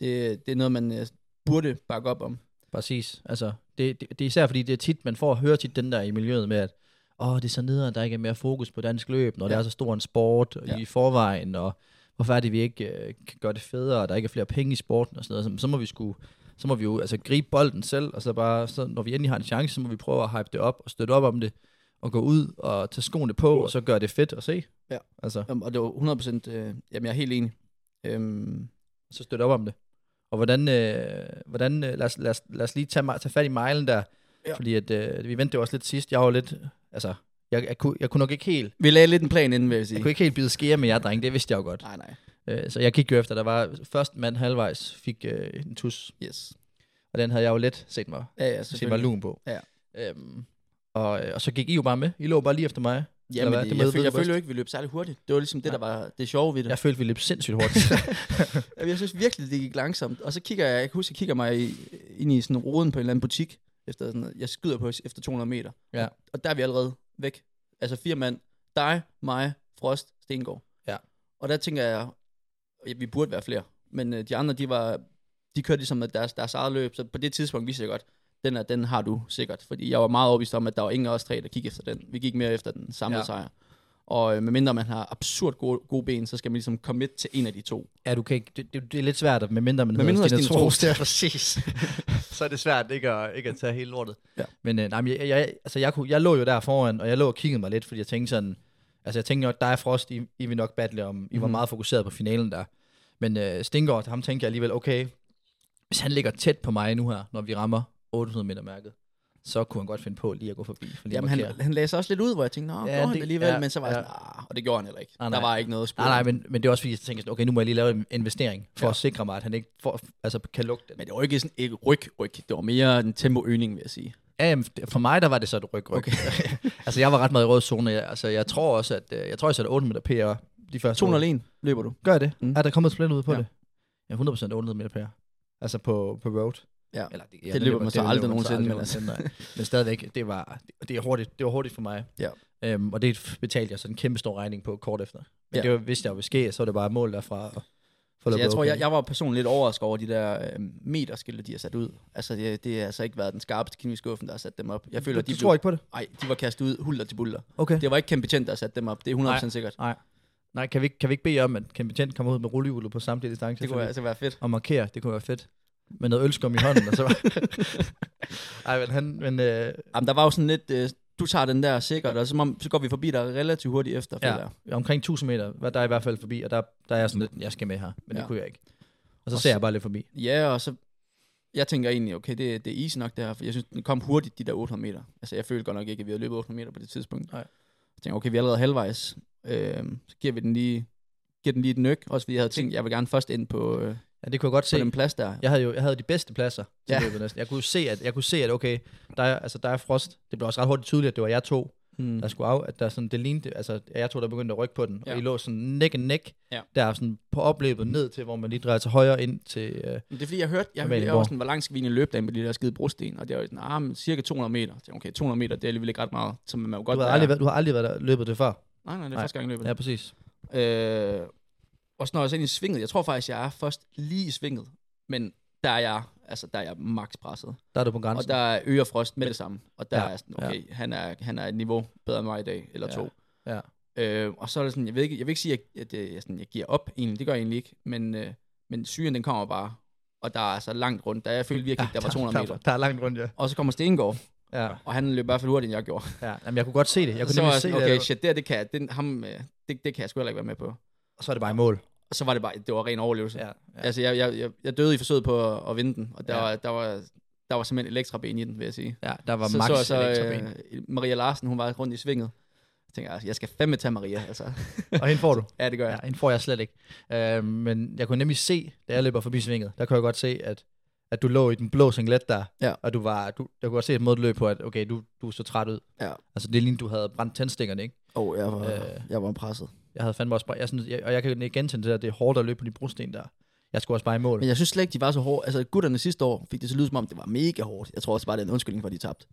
Speaker 5: Det, det er noget, man øh, burde bakke op om.
Speaker 4: Præcis. Altså, det, det, det er især fordi, det er tit, man får at høre tit den der i miljøet med, at åh, det er så nederen, der ikke er mere fokus på dansk løb, når ja. det
Speaker 5: Ja.
Speaker 4: er så stor en sport ja.
Speaker 5: Ja.
Speaker 4: i forvejen, og hvorfor er det, vi ikke øh, kan gøre det federe, og der ikke er flere penge i sporten og sådan noget. Så, så må vi sgu så må vi jo altså, gribe bolden selv, og så bare, så, når vi endelig har en chance, så må vi prøve at hype det op og støtte op om det, og gå ud og tage skoene på, og så gøre det fedt at se.
Speaker 5: Ja.
Speaker 4: Altså,
Speaker 5: Jamen, Øhm, og det var 100%, øh, jamen jeg er helt enig. Øhm,
Speaker 4: så støtte op om det. Og hvordan, øh, hvordan øh, lad, os, lad, os, lad os lige tage, ma- tage fat i mejlen der, ja.
Speaker 5: Ja.
Speaker 4: fordi at, øh, vi vendte det også lidt sidst. Jeg var lidt, altså, jeg, jeg, kunne, jeg kunne nok ikke helt,
Speaker 5: vi lagde lidt en plan inden, vil jeg sige.
Speaker 4: jeg kunne ikke helt bide skære med jer, dreng, det vidste jeg jo godt.
Speaker 5: Nej, nej.
Speaker 4: Øh, så jeg gik jo efter, der var først mand halvvejs fik øh, en tus,
Speaker 5: Yes.
Speaker 4: og den havde jeg jo let set mig, altså,
Speaker 5: Ja, ja,
Speaker 4: set mig
Speaker 5: selvfølgelig.
Speaker 4: lun på.
Speaker 5: Ja.
Speaker 4: Øhm, og, øh, og så gik I jo bare med. I lå bare lige efter mig.
Speaker 5: Jamen,
Speaker 4: hvad?
Speaker 5: det,
Speaker 4: Det må
Speaker 5: jeg,
Speaker 4: jeg
Speaker 5: følte,
Speaker 4: vide
Speaker 5: jeg følte
Speaker 4: først.
Speaker 5: jo ikke, vi løb særlig hurtigt. Det var ligesom det, der var det sjove ved det.
Speaker 4: Jeg følte, vi løb sindssygt hurtigt.
Speaker 5: Jamen, Jeg synes virkelig, det gik langsomt. Og så kigger jeg, jeg kan huske, jeg kigger mig i, ind i sådan roden på en eller anden butik. Efter sådan, jeg skyder på efter 200 meter.
Speaker 4: Ja.
Speaker 5: Og der er vi allerede væk. Altså fire mand. Dig, mig, Frost, Stengård.
Speaker 4: Ja.
Speaker 5: Og der tænker jeg, ja, vi burde være flere. Men øh, de andre, de var, de kørte ligesom med deres, deres eget løb. Så på det tidspunkt vidste jeg godt, den, er, den har du sikkert. Fordi jeg var meget overbevist om, at der var ingen af os tre, der gik efter den. Vi gik mere efter den samlede
Speaker 4: Ja.
Speaker 5: ja. sejr. Og øh, medmindre man har absurd gode, gode ben, så skal man ligesom commit til en af de to.
Speaker 4: ja, du kan ikke, det, det, det er lidt svært, at- medmindre man
Speaker 5: Men mindre
Speaker 4: Stine
Speaker 5: Stine
Speaker 4: Troels.
Speaker 5: Troels, ja,
Speaker 4: præcis. så er det svært ikke at, ikke at tage hele lortet.
Speaker 5: Ja.
Speaker 4: Men, øh, nej, men jeg, jeg, altså, jeg, kunne, jeg lå jo der foran, og jeg lå og kiggede mig lidt, fordi jeg tænkte sådan, altså jeg tænkte nok, dig og Frost, I, I vil nok battle om, I var
Speaker 5: Mhm.
Speaker 4: meget fokuseret på finalen der. Men øh, Stengård, ham tænkte jeg alligevel, okay, hvis han ligger tæt på mig nu her, når vi rammer 800 meter mærket, så kunne han godt finde på lige at gå forbi. For lige
Speaker 5: Jamen,
Speaker 4: at
Speaker 5: han,
Speaker 4: markere.
Speaker 5: han lagde sig også lidt ud, hvor jeg tænkte, nå,
Speaker 4: Ja,
Speaker 5: ja, gjorde han
Speaker 4: det-
Speaker 5: det alligevel,
Speaker 4: ja,
Speaker 5: ja, men så var
Speaker 4: ja.
Speaker 5: jeg sådan, "Ah," og det gjorde han heller ikke.
Speaker 4: Nej,
Speaker 5: Nej,
Speaker 4: nej. Ah,
Speaker 5: der var ikke noget spor.
Speaker 4: Nej, nej, men, men det er også fordi, jeg tænker sådan, okay, nu må jeg lige lave en investering, for ja.
Speaker 5: Ja.
Speaker 4: at sikre mig, at han ikke får, altså, kan lugte den.
Speaker 5: men det var ikke sådan ikke ryg, ryg. Det var mere en tempoøgning, vil jeg sige.
Speaker 4: Ja, jamen, det- for mig der var det så et ryg, ryg. Okay. altså, jeg var ret meget i rød zone. Jeg, altså, jeg tror også, at øh, jeg tror, jeg satte 8 meter PR de første
Speaker 5: 200 alene løber du.
Speaker 4: otte. Gør jeg det? Mm.
Speaker 5: Mm.
Speaker 4: Er der kommet et split ud på ja.
Speaker 5: Ja.
Speaker 4: det? Ja, 100% 800 meter PR. Altså på, på road.
Speaker 5: Ja.
Speaker 4: Eller, det,
Speaker 5: løber man så aldrig nogensinde,
Speaker 4: Men, altså. nej. men stadigvæk, det var, det, det, er hurtigt, det var hurtigt for mig.
Speaker 5: Ja.
Speaker 4: Øhm, og det betalte jeg sådan en kæmpe stor regning på kort efter. Men ja.
Speaker 5: Ja.
Speaker 4: det var, vidste jeg jo ville ske, så var det bare et mål derfra. Og, for
Speaker 5: Så Altså, jeg tror, jeg, jeg var personligt lidt overrasket over de der øh, meterskilte, de har sat ud. Altså, det, det har altså ikke været den skarpeste kniv i skuffen, der har sat dem op. Jeg føler,
Speaker 4: du,
Speaker 5: de,
Speaker 4: du tror ikke på det?
Speaker 5: Ej, de var kastet ud hulter til bulter.
Speaker 4: Okay.
Speaker 5: Det var ikke Kempe Tjent, der har sat dem op. Det er 100% sikkert.
Speaker 4: Nej, kan vi, ikke- kan vi ikke bede om, at Ken Betjent kommer ud med rullehjulet på samtlige distancer?
Speaker 5: Det kunne
Speaker 4: Fordi-
Speaker 5: altså være fedt.
Speaker 4: og markere. Det kunne være fedt. Med noget ølskum i hånden. Og så Ej, men han... Men, øh,
Speaker 5: Jamen, der var jo sådan lidt, øh, du tager den der sikkert, og så, må, så går vi forbi dig relativt hurtigt efter. føler
Speaker 4: ja,
Speaker 5: jeg.
Speaker 4: omkring 1000 meter var der i hvert fald forbi, og der, der er jeg sådan lidt, jeg skal med her. Men ja. det
Speaker 5: Ja.
Speaker 4: kunne jeg ikke. Og så
Speaker 5: Og
Speaker 4: ser
Speaker 5: så-
Speaker 4: jeg bare lidt forbi.
Speaker 5: Ja, og så... Jeg tænker egentlig, okay, det, det er easy nok det her, for jeg synes, den kom hurtigt, de der 800 meter. Altså, jeg følte godt nok ikke, at vi havde løbet 800 meter på det tidspunkt.
Speaker 4: Nej.
Speaker 5: Jeg tænkte, okay, vi er allerede halvvejs. Øh, så giver vi den lige, giver den lige et nøk, også fordi jeg havde tænkt, jeg vil gerne først ind på, øh,
Speaker 4: ja, det kunne jeg godt
Speaker 5: på
Speaker 4: se.
Speaker 5: den plads der.
Speaker 4: Jeg havde jo jeg havde de bedste pladser til
Speaker 5: Ja.
Speaker 4: ja. løbet næsten. Jeg kunne se, at, jeg kunne se, at okay, der er, altså, der er frost. Det blev også ret hurtigt tydeligt, at det var jeg to,
Speaker 5: Mm.
Speaker 4: mm. der skulle af. At der sådan, det lignede, altså jeg to, der begyndte at rykke på den. Ja.
Speaker 5: Ja.
Speaker 4: Og I lå sådan næk og næk,
Speaker 5: Ja.
Speaker 4: der sådan på opløbet ned til, hvor man lige drejer til højre ind til... Øh,
Speaker 5: Men det er fordi, jeg hørte, jeg, jeg
Speaker 4: Amalienborg.
Speaker 5: var sådan, hvor langt skal vi egentlig løbe derinde på de der skide brosten? Og det var jo sådan, ah, men cirka 200 meter. Jeg tænkte, okay, 200 meter, det er alligevel ikke ret meget. Så man må jo godt
Speaker 4: du, har
Speaker 5: være-
Speaker 4: aldrig, været- du har aldrig været der, løbet det før.
Speaker 5: Nej, nej, det er første gang, jeg løber det.
Speaker 4: Ja, præcis.
Speaker 5: Øh, og så når jeg så ind i svinget, jeg tror faktisk, jeg er først lige i svinget, men der er jeg, altså der er jeg max presset.
Speaker 4: Der er du på grænsen.
Speaker 5: Og der øger Frost med det samme. Og der ja,
Speaker 4: Ja,
Speaker 5: er jeg sådan, okay, ja. han, er, han er et niveau bedre end mig i dag, eller
Speaker 4: Ja,
Speaker 5: to.
Speaker 4: ja.
Speaker 5: Øh, og så er det sådan, jeg vil ikke, jeg vil ikke sige, at jeg, at øh, jeg, sådan, jeg giver op egentlig, det gør jeg egentlig ikke, men, øh, men syren den kommer bare, og der er altså langt rundt, der jeg følte virkelig, ja, der var 200 meter.
Speaker 4: Der, der er langt rundt, ja.
Speaker 5: Og så kommer Stengård,
Speaker 4: Ja.
Speaker 5: og han løb i hvert fald hurtigere, end jeg gjorde.
Speaker 4: ja. Jamen, jeg kunne godt se det. Jeg kunne
Speaker 5: så var
Speaker 4: nemlig
Speaker 5: jeg
Speaker 4: se
Speaker 5: sådan,
Speaker 4: det.
Speaker 5: okay,
Speaker 4: at-
Speaker 5: shit, det her, det kan, jeg- den, ham, øh, det, det kan jeg sgu heller ikke være med på.
Speaker 4: Og så er det bare i mål.
Speaker 5: Og så var det bare, det var ren overlevelse.
Speaker 4: Ja, ja.
Speaker 5: Altså, jeg, jeg, jeg, jeg døde i forsøget på at, at vinde den, og der, ja.
Speaker 4: Ja.
Speaker 5: var, der, var, der var simpelthen elektraben i den, vil jeg sige.
Speaker 4: Ja, der var
Speaker 5: så,
Speaker 4: max
Speaker 5: så, så,
Speaker 4: elektraben.
Speaker 5: øh, Maria Larsen, hun var rundt i svinget. Jeg tænker, altså, jeg skal fandme tage Maria, altså.
Speaker 4: Og hende får du?
Speaker 5: ja, det gør jeg.
Speaker 4: Ja, hende får jeg slet ikke. Øh, men jeg kunne nemlig se, da jeg løber forbi svinget, der kunne jeg godt se, at, at du lå i den blå singlet der,
Speaker 5: Ja.
Speaker 4: og du var, du, jeg kunne godt se et måde, du løb på, at okay, du, du så træt ud.
Speaker 5: Ja.
Speaker 4: Altså det er lige, du havde brændt tændstikkerne, ikke?
Speaker 5: Åh, oh, jeg, var,
Speaker 4: Øh.
Speaker 5: jeg var presset.
Speaker 4: Jeg havde fandme også, bare- jeg, synes, jeg, og jeg kan ikke genkende det der, det er hårdt at løbe på de brosten der. Jeg skulle også bare i mål.
Speaker 5: Men jeg synes slet ikke, de var så hårde. Altså, gutterne sidste år fik det så lyd som om, det var mega hårdt. Jeg tror også bare, det er en undskyldning for, at de tabte.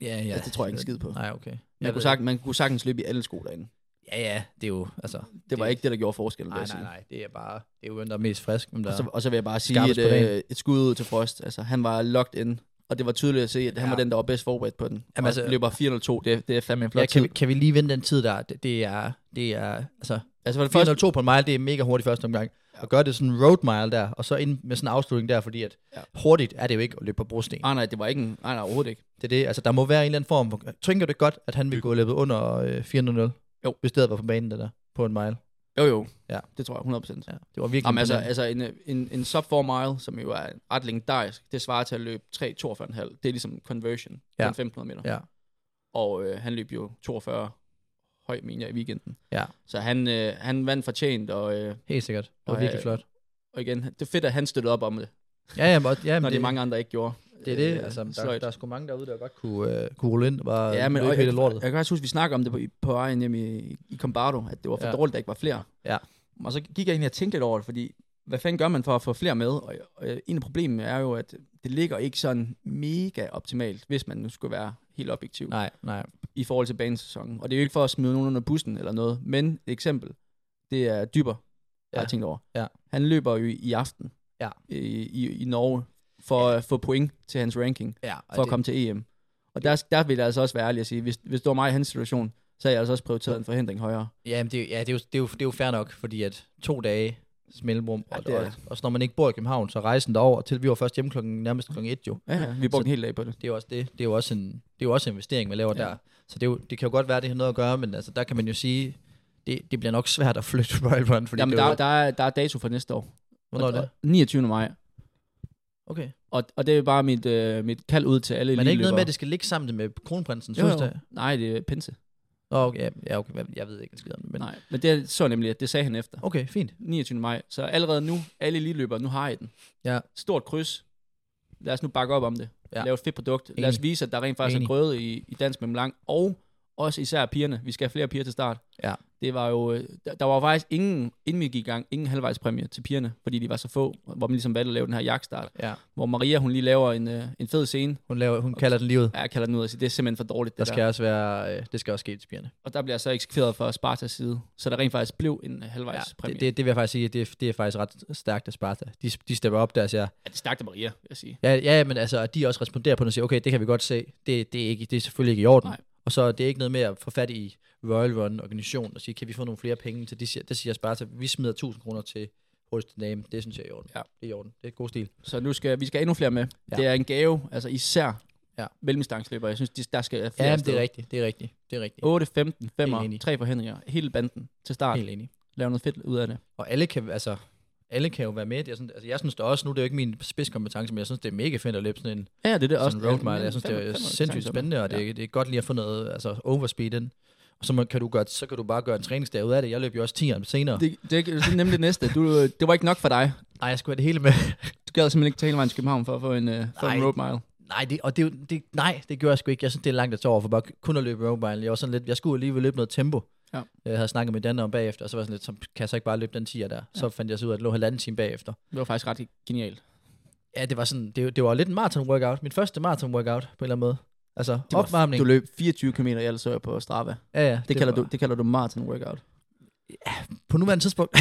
Speaker 4: ja, ja.
Speaker 5: Altså, det tror jeg ikke en skid på.
Speaker 4: Nej, okay. Jeg
Speaker 5: Man,
Speaker 4: ved
Speaker 5: kunne sagtens, man kunne sagtens løbe i alle sko derinde.
Speaker 4: ikke. Ja, ja, det er jo, altså...
Speaker 5: Det var
Speaker 4: det-
Speaker 5: ikke det, der gjorde forskellen, vil
Speaker 4: Nej,
Speaker 5: jeg sige.
Speaker 4: nej, nej, det er bare, det er jo hvem, der er mest frisk. Hvem der...
Speaker 5: Og så, og så vil jeg bare sige
Speaker 4: Skarpest
Speaker 5: et,
Speaker 4: på dagen.
Speaker 5: øh, et skud ud til Frost. Altså, han var locked in, og det var tydeligt at se, at han
Speaker 4: Ja.
Speaker 5: var den, der var bedst forberedt på den. Jamen,
Speaker 4: Jamen,
Speaker 5: altså,
Speaker 4: altså-
Speaker 5: løber 402, det, er- det er fandme en flot
Speaker 4: ja, kan, vi,
Speaker 5: tid.
Speaker 4: kan vi lige vente den tid der? Det, det er, det er, altså...
Speaker 5: Altså, for det første,
Speaker 4: 402 på en mile, det er mega hurtigt første omgang. Og gøre det sådan en road mile der, og så ind med sådan en afslutning der, fordi at
Speaker 5: Ja.
Speaker 4: hurtigt er det jo ikke at løbe på brosten.
Speaker 5: ah, nej, det var ikke en, nej, nej, overhovedet ikke.
Speaker 4: Det er det, altså der må være en eller anden form. for- Tænker du ikke godt, at han vil gå løbet under øh, 400?
Speaker 5: Jo.
Speaker 4: Hvis det havde været på banen, det der, på en mile.
Speaker 5: Jo, jo,
Speaker 4: Ja.
Speaker 5: det tror jeg 100%.
Speaker 4: Ja, det var virkelig
Speaker 5: Jamen, altså,
Speaker 4: imponerende.
Speaker 5: altså en, øh, en, en sub 4 mile, som jo er ret legendarisk, det svarer til at løbe 3, 42,5. Det er ligesom conversion, ja.
Speaker 4: Ja.
Speaker 5: 1500 meter.
Speaker 4: Ja.
Speaker 5: Og øh, han løb jo 42 høj, mener jeg, i weekenden.
Speaker 4: Ja.
Speaker 5: Så han, øh, han vandt fortjent, og, øh,
Speaker 4: Helt sikkert. Det var
Speaker 5: Og,
Speaker 4: virkelig
Speaker 5: øh,
Speaker 4: flot.
Speaker 5: og igen, det er fedt, at han støttede op om det,
Speaker 4: Ja, ja, og, ja
Speaker 5: når
Speaker 4: men
Speaker 5: det, det mange andre ikke gjorde.
Speaker 4: det er det,
Speaker 5: Øh,
Speaker 4: altså, der,
Speaker 5: sløjt.
Speaker 4: der er sgu mange derude, der godt kunne, øh, kunne rulle ind og bare
Speaker 5: Ja, men
Speaker 4: løbe
Speaker 5: og,
Speaker 4: hele
Speaker 5: jeg,
Speaker 4: lortet.
Speaker 5: jeg kan også huske, vi snakker om det på, på vejen hjem i, i Combardo, at det var for ja.
Speaker 4: Ja.
Speaker 5: dårligt, at der ikke var flere.
Speaker 4: Ja.
Speaker 5: Og så gik jeg egentlig og tænkte lidt over det, fordi hvad fanden gør man for at få flere med? Og, og øh, en af problemerne er jo, at det ligger ikke sådan mega optimalt, hvis man nu skulle være helt objektiv
Speaker 4: Nej, nej.
Speaker 5: i forhold til banesæsonen. Og det er jo ikke for at smide nogen under bussen eller noget, men et eksempel, det er Dyber, ja. har
Speaker 4: Ja.
Speaker 5: jeg tænkt over.
Speaker 4: Ja.
Speaker 5: Han løber jo i, i aften
Speaker 4: Ja.
Speaker 5: i, i, i Norge for at få point til hans ranking
Speaker 4: Ja, og
Speaker 5: for at
Speaker 4: det-
Speaker 5: komme til EM. Og der, der vil jeg altså også være ærlig at sige, hvis, hvis det var mig i hans situation, så havde jeg altså også prioriteret en forhindring højere.
Speaker 4: Ja, men det, er jo- ja, det, er jo, det, er jo, det er jo fair nok, fordi at to dage smeltrum,
Speaker 5: Ja,
Speaker 4: og,
Speaker 5: det er
Speaker 4: og,
Speaker 5: det.
Speaker 4: og, så når man ikke bor i København, så rejsen derover til, vi var først hjemme klokken, nærmest klokken et jo.
Speaker 5: Ja, ja. Vi brugte
Speaker 4: Så-
Speaker 5: en hel dag på det.
Speaker 4: Det er jo også det. Det er jo også en, det er jo også en investering, man laver
Speaker 5: Ja.
Speaker 4: ja. der. Så det, er jo, det kan jo godt være, det har noget at gøre, men altså, der kan man jo sige, det, det bliver nok svært at flytte Royal Run, fordi
Speaker 5: Jamen,
Speaker 4: det
Speaker 5: der,
Speaker 4: er
Speaker 5: er-
Speaker 4: jo,
Speaker 5: der, er, der er dato for næste år.
Speaker 4: hvornår er det?
Speaker 5: 29. maj.
Speaker 4: Okay.
Speaker 5: Og, og det er bare mit, øh, mit kald ud til alle
Speaker 4: Men er det ikke noget med,
Speaker 5: eliteløbere.
Speaker 4: at det skal ligge sammen med kronprinsens
Speaker 5: Jo, jo.
Speaker 4: fødselsdag?
Speaker 5: Nej, det er pinse.
Speaker 4: Nå, okay, ja, ja, okay, hvad- jeg ved ikke, hvad det men...
Speaker 5: Men, Nej, men det så jeg nemlig, at det sagde han efter.
Speaker 4: Okay, fint.
Speaker 5: 29. maj. Så allerede nu, alle eliteløbere, nu har I den.
Speaker 4: Ja.
Speaker 5: Stort kryds. Lad os nu bakke op om det. Ja.
Speaker 4: Ja.
Speaker 5: Lav et fedt produkt. Lad os
Speaker 4: Enig.
Speaker 5: vise, at der rent faktisk Enig. er
Speaker 4: Enig.
Speaker 5: grøde i, i dansk mellem lang. Og også især pigerne. Vi skal have flere piger til start.
Speaker 4: Ja.
Speaker 5: Det var jo, øh, der, der var jo faktisk ingen, inden vi gik i gang, ingen halvvejspræmie til pigerne, fordi de var så få, hvor man ligesom valgte at lave den her jagtstart.
Speaker 4: Ja.
Speaker 5: Hvor Maria, hun lige laver en, øh, en fed scene.
Speaker 4: Hun, laver, hun kalder den lige ud.
Speaker 5: Ja, jeg kalder den ud og siger, det er simpelthen for dårligt, det
Speaker 4: Der
Speaker 5: der.
Speaker 4: skal også være, øh, det skal også ske til pigerne.
Speaker 5: Og der bliver jeg så eksekveret fra Spartas side. Så der rent faktisk blev en øh,
Speaker 4: Ja,
Speaker 5: halvvejspræmie.
Speaker 4: det, det, det, vil jeg faktisk sige, det, er- det er faktisk ret stærkt af Sparta. De, de stepper op der og siger,
Speaker 5: Ja, det er stærkt af Maria, vil jeg sige.
Speaker 4: Ja, ja, men altså, at de også responderer på det og siger, okay, det kan vi godt se, det, det, er, ikke, det er selvfølgelig ikke i orden.
Speaker 5: Nej.
Speaker 4: Nej. Og så er det ikke noget med at få fat i Royal Run organisationen og sige, kan vi få nogle flere penge til, de siger, der siger Sparta, vi smider 1000 kroner til hurtigste dame, det synes jeg er i orden.
Speaker 5: Ja.
Speaker 4: Det er i orden, det er god stil.
Speaker 5: Så nu skal vi skal have endnu flere med. Ja.
Speaker 4: Ja.
Speaker 5: Det er en gave, altså især ja.
Speaker 4: Ja.
Speaker 5: mellemdistansløbere. Jeg synes, de, der skal flere
Speaker 4: Ja, men det
Speaker 5: afsted.
Speaker 4: er rigtigt, det er rigtigt, det er rigtigt.
Speaker 5: 8, 15, 5,
Speaker 4: Helt enig.
Speaker 5: 3 forhindringer. Hele banden til start.
Speaker 4: Helt enig.
Speaker 5: Lave noget fedt ud af det.
Speaker 4: Og alle kan, altså, alle kan jo være med. Det er sådan, altså, jeg synes det også, nu er det jo ikke min spidskompetence, men jeg synes, det er mega fedt at løbe sådan en
Speaker 5: Ja, det er det
Speaker 4: sådan
Speaker 5: også.
Speaker 4: road mile. Jeg synes, det er sindssygt spændende, og det,
Speaker 5: Ja.
Speaker 4: er, det er godt lige at få noget altså, overspeed ind. så man- kan du gøre, så kan du bare gøre en træningsdag ud af det. Jeg løb jo også 10'eren senere.
Speaker 5: Det, det, det er nemlig det næste. Du, det var ikke nok for dig.
Speaker 4: Nej, jeg skulle have det hele med.
Speaker 5: Du gad simpelthen ikke tage hele vejen til København for at få en, øh, for en
Speaker 4: Nej.
Speaker 5: road mile.
Speaker 4: Nej, det, og det, er jo- det, nej, det gjorde jeg sgu ikke. Jeg synes, det er langt at tage over for bare kun at løbe roadmile. Jeg, var sådan lidt, jeg skulle alligevel løbe noget tempo.
Speaker 5: Ja.
Speaker 4: Jeg havde snakket med Danne om bagefter, og så var jeg sådan lidt, så kan jeg så ikke bare løbe den 10'er der? Så fandt jeg så ud af, at det lå halvanden time bagefter.
Speaker 5: Det var faktisk ret genialt.
Speaker 4: Ja, det var sådan, det, det var lidt en maraton workout. Min første maraton workout på en eller anden måde. Altså,
Speaker 5: Det var-
Speaker 4: opvarmning.
Speaker 5: Du løb 24 km i alt, så jeg på Strava.
Speaker 4: Ja, ja,
Speaker 5: Det,
Speaker 4: det
Speaker 5: det, kalder,
Speaker 4: var-
Speaker 5: du, det kalder du marathon workout.
Speaker 4: på nuværende tidspunkt.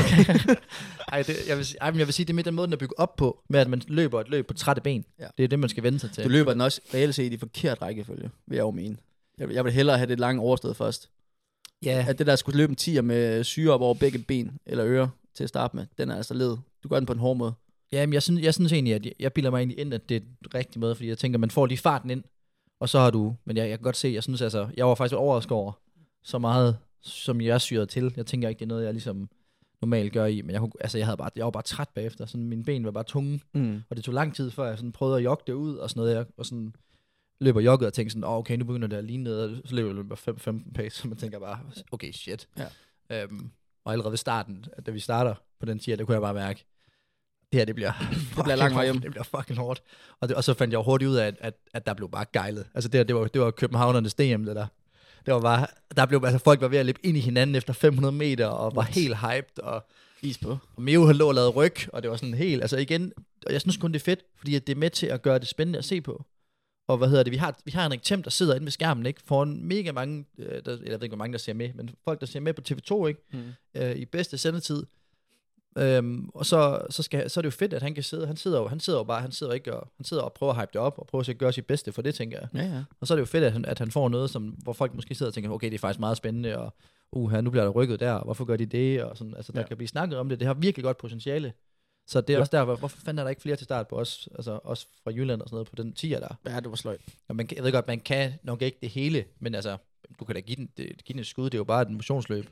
Speaker 4: ej, det, jeg, vil, sige- ej, men jeg vil sige, det er med den måde, den er bygget op på, med at man løber et løb på trætte ben.
Speaker 5: Ja.
Speaker 4: Det er det, man skal vende sig til.
Speaker 5: Du løber den også reelt set i forkert rækkefølge, vil jeg jo mene. Jeg, vil- jeg vil hellere have det lange overstået først.
Speaker 4: Ja.
Speaker 5: At det der skulle løbe en 10'er med syre op over begge ben eller ører til at starte med, den er altså led. Du gør den på en hård måde.
Speaker 4: Ja, men jeg synes, jeg synes egentlig, at jeg, jeg bilder mig egentlig ind, at det er den rigtige måde, fordi jeg tænker, man får lige farten ind, og så har du, men jeg, jeg kan godt se, jeg synes altså, jeg var faktisk overrasket over så meget, som jeg syrede til. Jeg tænker ikke, det er noget, jeg ligesom normalt gør i, men jeg, kunne, altså, jeg, havde bare, jeg var bare træt bagefter, sådan, mine ben var bare tunge,
Speaker 5: Mm.
Speaker 4: og det tog lang tid, før jeg sådan prøvede at jogge det ud, og sådan noget, jeg, og sådan løber jogget og tænker sådan, oh, okay, nu begynder det at ligne noget, og så løber jeg løber 5, 15 pace, og man tænker bare, okay, shit. Ja. Øhm, og allerede ved starten, da vi starter på den tier, der kunne jeg bare mærke, det her, det bliver, det
Speaker 5: bliver lang vej hjem.
Speaker 4: Det bliver fucking hårdt. Og, det, og så fandt jeg hurtigt ud af, at, at, at der blev bare gejlet. Altså det, her, det, var, det var københavnernes DM, det der. Det var bare, der blev, altså folk var ved at løbe ind i hinanden efter 500 meter, og var helt hyped, og
Speaker 5: Is på.
Speaker 4: Og Mio han lå og lavede ryg, og det var sådan helt, altså igen, og jeg synes kun det er fedt, fordi at det er med til at gøre det spændende at se på. Og hvad hedder det, vi har, vi har Henrik Thiem, der sidder inde ved skærmen, ikke? Foran mega mange, øh, der, eller jeg ved ikke, hvor mange der ser med, men folk, der ser med på TV2, ikke?
Speaker 5: Mm.
Speaker 4: øh, i bedste sendetid. Øhm, og så, så, skal, så er det jo fedt, at han kan sidde, han sidder jo, han sidder jo bare, han sidder ikke og, han sidder og prøver at hype det op, og prøver at gøre sit bedste for det, tænker jeg.
Speaker 5: Ja, ja.
Speaker 4: Og så er det jo fedt, at han, at han får noget, som, hvor folk måske sidder og tænker, okay, det er faktisk meget spændende, og uha, nu bliver der rykket der, og hvorfor gør de det, og sådan, altså der ja. kan blive snakket om det, det har virkelig godt potentiale. Så det er ja. også der, hvor, hvorfor fanden er der ikke flere til start på os, altså os fra Jylland og sådan noget, på den 10'er der.
Speaker 5: Ja, det var sløjt.
Speaker 4: Og man, kan- jeg ved godt, man kan nok ikke det hele, men altså, du kan da give den, det, give den et skud, det er jo bare et motionsløb.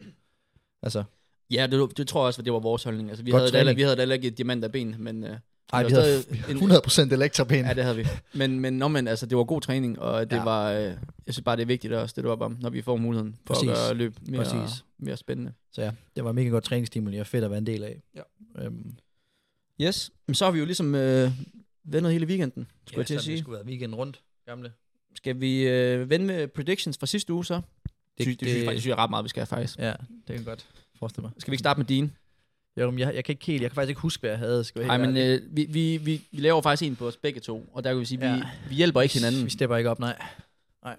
Speaker 4: Altså,
Speaker 5: Ja, det, det tror jeg også, at det var vores holdning. Altså, vi,
Speaker 4: Godt
Speaker 5: havde det, alle-
Speaker 4: træning.
Speaker 5: vi havde det heller ikke et diamant af ben, men... Øh,
Speaker 4: Ej,
Speaker 5: det
Speaker 4: vi
Speaker 5: var
Speaker 4: havde
Speaker 5: stadig en-
Speaker 4: 100% elektroben.
Speaker 5: Ja, det havde vi. Men, men, nå, men altså, det var god træning, og det ja. var... Øh, jeg synes bare, det er vigtigt at støtte op om, når vi får muligheden for
Speaker 4: Præcis.
Speaker 5: Præcis. at gøre løb mere,
Speaker 4: Præcis.
Speaker 5: mere spændende.
Speaker 4: Så ja, det var mega godt træningsstimuli og fedt at være en del af.
Speaker 5: Ja.
Speaker 4: Øhm,
Speaker 5: Yes, men så har vi jo ligesom øh, vendet hele weekenden, skulle
Speaker 4: ja,
Speaker 5: jeg til at
Speaker 4: så det
Speaker 5: sige.
Speaker 4: skulle være weekend rundt, gamle.
Speaker 5: Skal vi øh, vende med predictions fra sidste uge så? Det, det, det, det synes jeg faktisk jeg ret meget, vi skal have faktisk.
Speaker 4: Ja, det kan jeg godt forestille mig.
Speaker 5: Skal vi ikke starte med dine?
Speaker 4: Jo, men jeg, jeg kan ikke helt, jeg kan faktisk ikke huske, hvad jeg havde. Skal jeg
Speaker 5: Nej,
Speaker 4: helt
Speaker 5: men
Speaker 4: ærligt.
Speaker 5: øh, vi, vi, vi, vi laver faktisk en på os begge to, og der kan vi sige, at vi,
Speaker 4: Ja.
Speaker 5: vi hjælper ikke hinanden.
Speaker 4: Vi stepper ikke op, nej. Nej.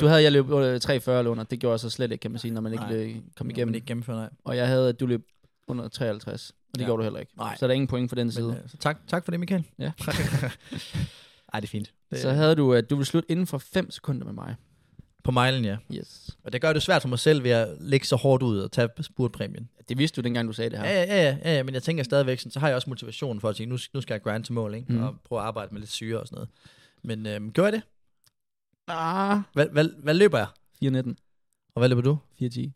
Speaker 5: Du havde, jeg løb øh, 340 eller under. Det gjorde jeg så slet ikke, kan man sige, når man ikke
Speaker 4: Nej.
Speaker 5: løb, kom
Speaker 4: Når man
Speaker 5: igennem.
Speaker 4: ikke gennemfører, nej.
Speaker 5: Og jeg havde, at du løb under 53, og det
Speaker 4: Ja.
Speaker 5: gjorde du heller ikke.
Speaker 4: Nej.
Speaker 5: Så er der ingen point for den side.
Speaker 4: Men, øh, så tak, tak for det, Michael.
Speaker 5: Ja.
Speaker 4: Ej, det er fint. Det,
Speaker 5: så havde du, at du ville slutte inden for 5 sekunder med mig.
Speaker 4: På mejlen, ja.
Speaker 5: Yes.
Speaker 4: Og det gør det svært for mig selv ved at lægge så hårdt ud og tage spurtpræmien.
Speaker 5: Det vidste du, dengang du sagde det her.
Speaker 4: Ja, ja, ja, ja, ja, men jeg tænker stadigvæk, sådan, så har jeg også motivation for at sige, nu, nu skal jeg grind til mål, ikke?
Speaker 5: Mhm.
Speaker 4: Mm. og prøve at arbejde med lidt syre og sådan noget. Men øhm, gør jeg det?
Speaker 5: Ah.
Speaker 4: Hvad, hvad, hvad løber jeg?
Speaker 5: 419,
Speaker 4: Og hvad løber du?
Speaker 5: 410.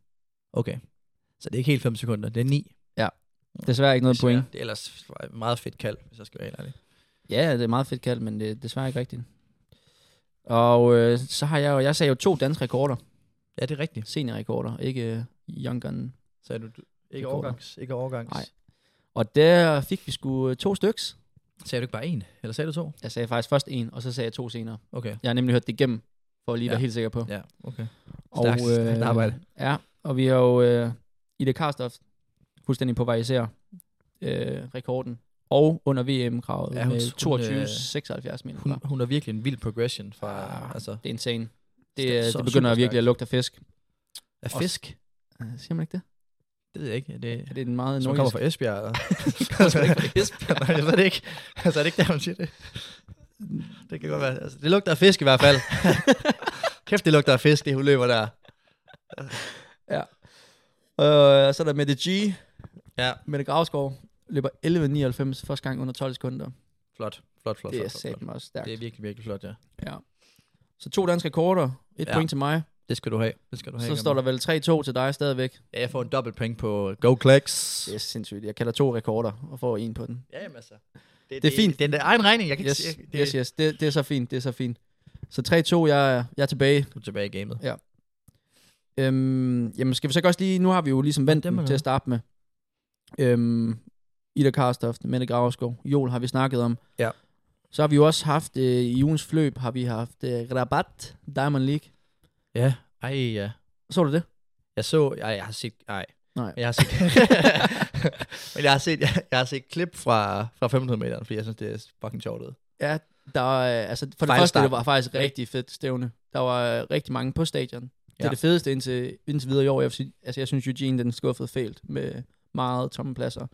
Speaker 4: Okay. Så det er ikke helt 5 sekunder, det er 9.
Speaker 5: Desværre ikke noget
Speaker 4: Så
Speaker 5: point.
Speaker 4: Det er ellers meget fedt kald, hvis jeg skal være helt ærlig.
Speaker 5: Ja, det er meget fedt kaldt, men det er desværre ikke rigtigt. Og øh, så har jeg jo, jeg sagde jo to danske rekorder.
Speaker 4: Ja, det er rigtigt.
Speaker 5: Seniorrekorder, ikke øh, young gun.
Speaker 4: Så er du, du
Speaker 5: Det
Speaker 4: ikke
Speaker 5: går
Speaker 4: overgangs, ikke overgangs.
Speaker 5: Nej. Og der fik vi sgu øh, to styks.
Speaker 4: Sagde du ikke bare en? Eller sagde du to?
Speaker 5: Jeg sagde faktisk først en, og så sagde jeg to senere.
Speaker 4: Okay.
Speaker 5: Jeg har nemlig hørt det igennem, for lige at være
Speaker 4: Ja.
Speaker 5: helt sikker på.
Speaker 4: Ja, okay.
Speaker 5: Og, øh,
Speaker 4: Stærkt, stærkt arbejde.
Speaker 5: Ja, og vi har jo øh, Ida Karstof fuldstændig på vej især øh, rekorden. Og under øh, VM-kravet
Speaker 4: Ja,
Speaker 5: ja,
Speaker 4: hun- øh,
Speaker 5: med
Speaker 4: hun,
Speaker 5: 22,76 meter.
Speaker 4: Hun, hun er virkelig en vild progression fra...
Speaker 5: Ah,
Speaker 4: altså,
Speaker 5: Det er insane.
Speaker 4: Det er
Speaker 5: Det,
Speaker 4: så
Speaker 5: det begynder
Speaker 4: superstærkt.
Speaker 5: virkelig at lugte af fisk.
Speaker 4: af
Speaker 5: også-
Speaker 4: fisk?
Speaker 5: Øh, Siger man ikke det?
Speaker 4: Det ved jeg ikke. Det,
Speaker 5: Er det en meget
Speaker 4: som
Speaker 5: nordisk?
Speaker 4: kommer fra Esbjerg, eller?
Speaker 5: kommer sgu ikke fra Esbjerg.
Speaker 4: Nej, jeg ved det ikke. Altså, er det ikke der, hun siger det? Det kan godt være. Altså, det lugter af fisk i hvert fald. Kæft, det lugter af fisk, det hun løber der.
Speaker 5: Øh, så er der Mette G.
Speaker 4: Ja.
Speaker 5: Mette Gravskov løber 11.99 første gang under 12 sekunder.
Speaker 4: Flot, flot, flot,
Speaker 5: Det er
Speaker 4: flot, flot, flot.
Speaker 5: satme også stærkt.
Speaker 4: Det er virkelig, virkelig flot, ja.
Speaker 5: Ja. Så to danske rekorder, et
Speaker 4: Ja.
Speaker 5: ja. point til mig.
Speaker 4: Det skal du have. Det skal du have.
Speaker 5: Så står der vel 3-2 til dig stadigvæk.
Speaker 4: Ja, jeg får en dobbelt point på Go Clicks.
Speaker 5: Det er sindssygt. Jeg kalder to rekorder og får en på den.
Speaker 4: Ja, jamen altså.
Speaker 5: Det er fint.
Speaker 4: Det er en egen regning, jeg kan
Speaker 5: Yes,
Speaker 4: ikke
Speaker 5: yes, yes. Det, det er så fint, det er så fint. Så 3-2, jeg, er- jeg er tilbage.
Speaker 4: Du er tilbage i gamet.
Speaker 5: Ja. Øhm, jamen, skal vi så ikke også lige... Nu har vi jo ligesom vendt
Speaker 4: Dem
Speaker 5: dem
Speaker 4: er
Speaker 5: til at
Speaker 4: der.
Speaker 5: starte med. Øhm, Ida Karstoft, Mette Graverskov, Jol har vi snakket om.
Speaker 4: Ja.
Speaker 5: Så har vi jo også haft... Øh, I ugens fløb har vi haft øh, Rabat Diamond League.
Speaker 4: Ja. Ej, ja.
Speaker 5: Så du det?
Speaker 4: Jeg så... Ej, jeg har set... Ej.
Speaker 5: Nej.
Speaker 4: Jeg har set... Men jeg har set, jeg, jeg har set klip fra, fra 500 meter, fordi jeg synes, det er fucking sjovt ud.
Speaker 5: Ja, der var, øh, altså for det første,
Speaker 4: Fejlstart.
Speaker 5: det var faktisk rigtig fedt stævne. Der var øh, rigtig mange på stadion. Det er
Speaker 4: Ja.
Speaker 5: det fedeste indtil, indtil videre i år. Jeg, vil sige- altså, jeg synes, Eugene den skuffede fælt med meget tomme pladser.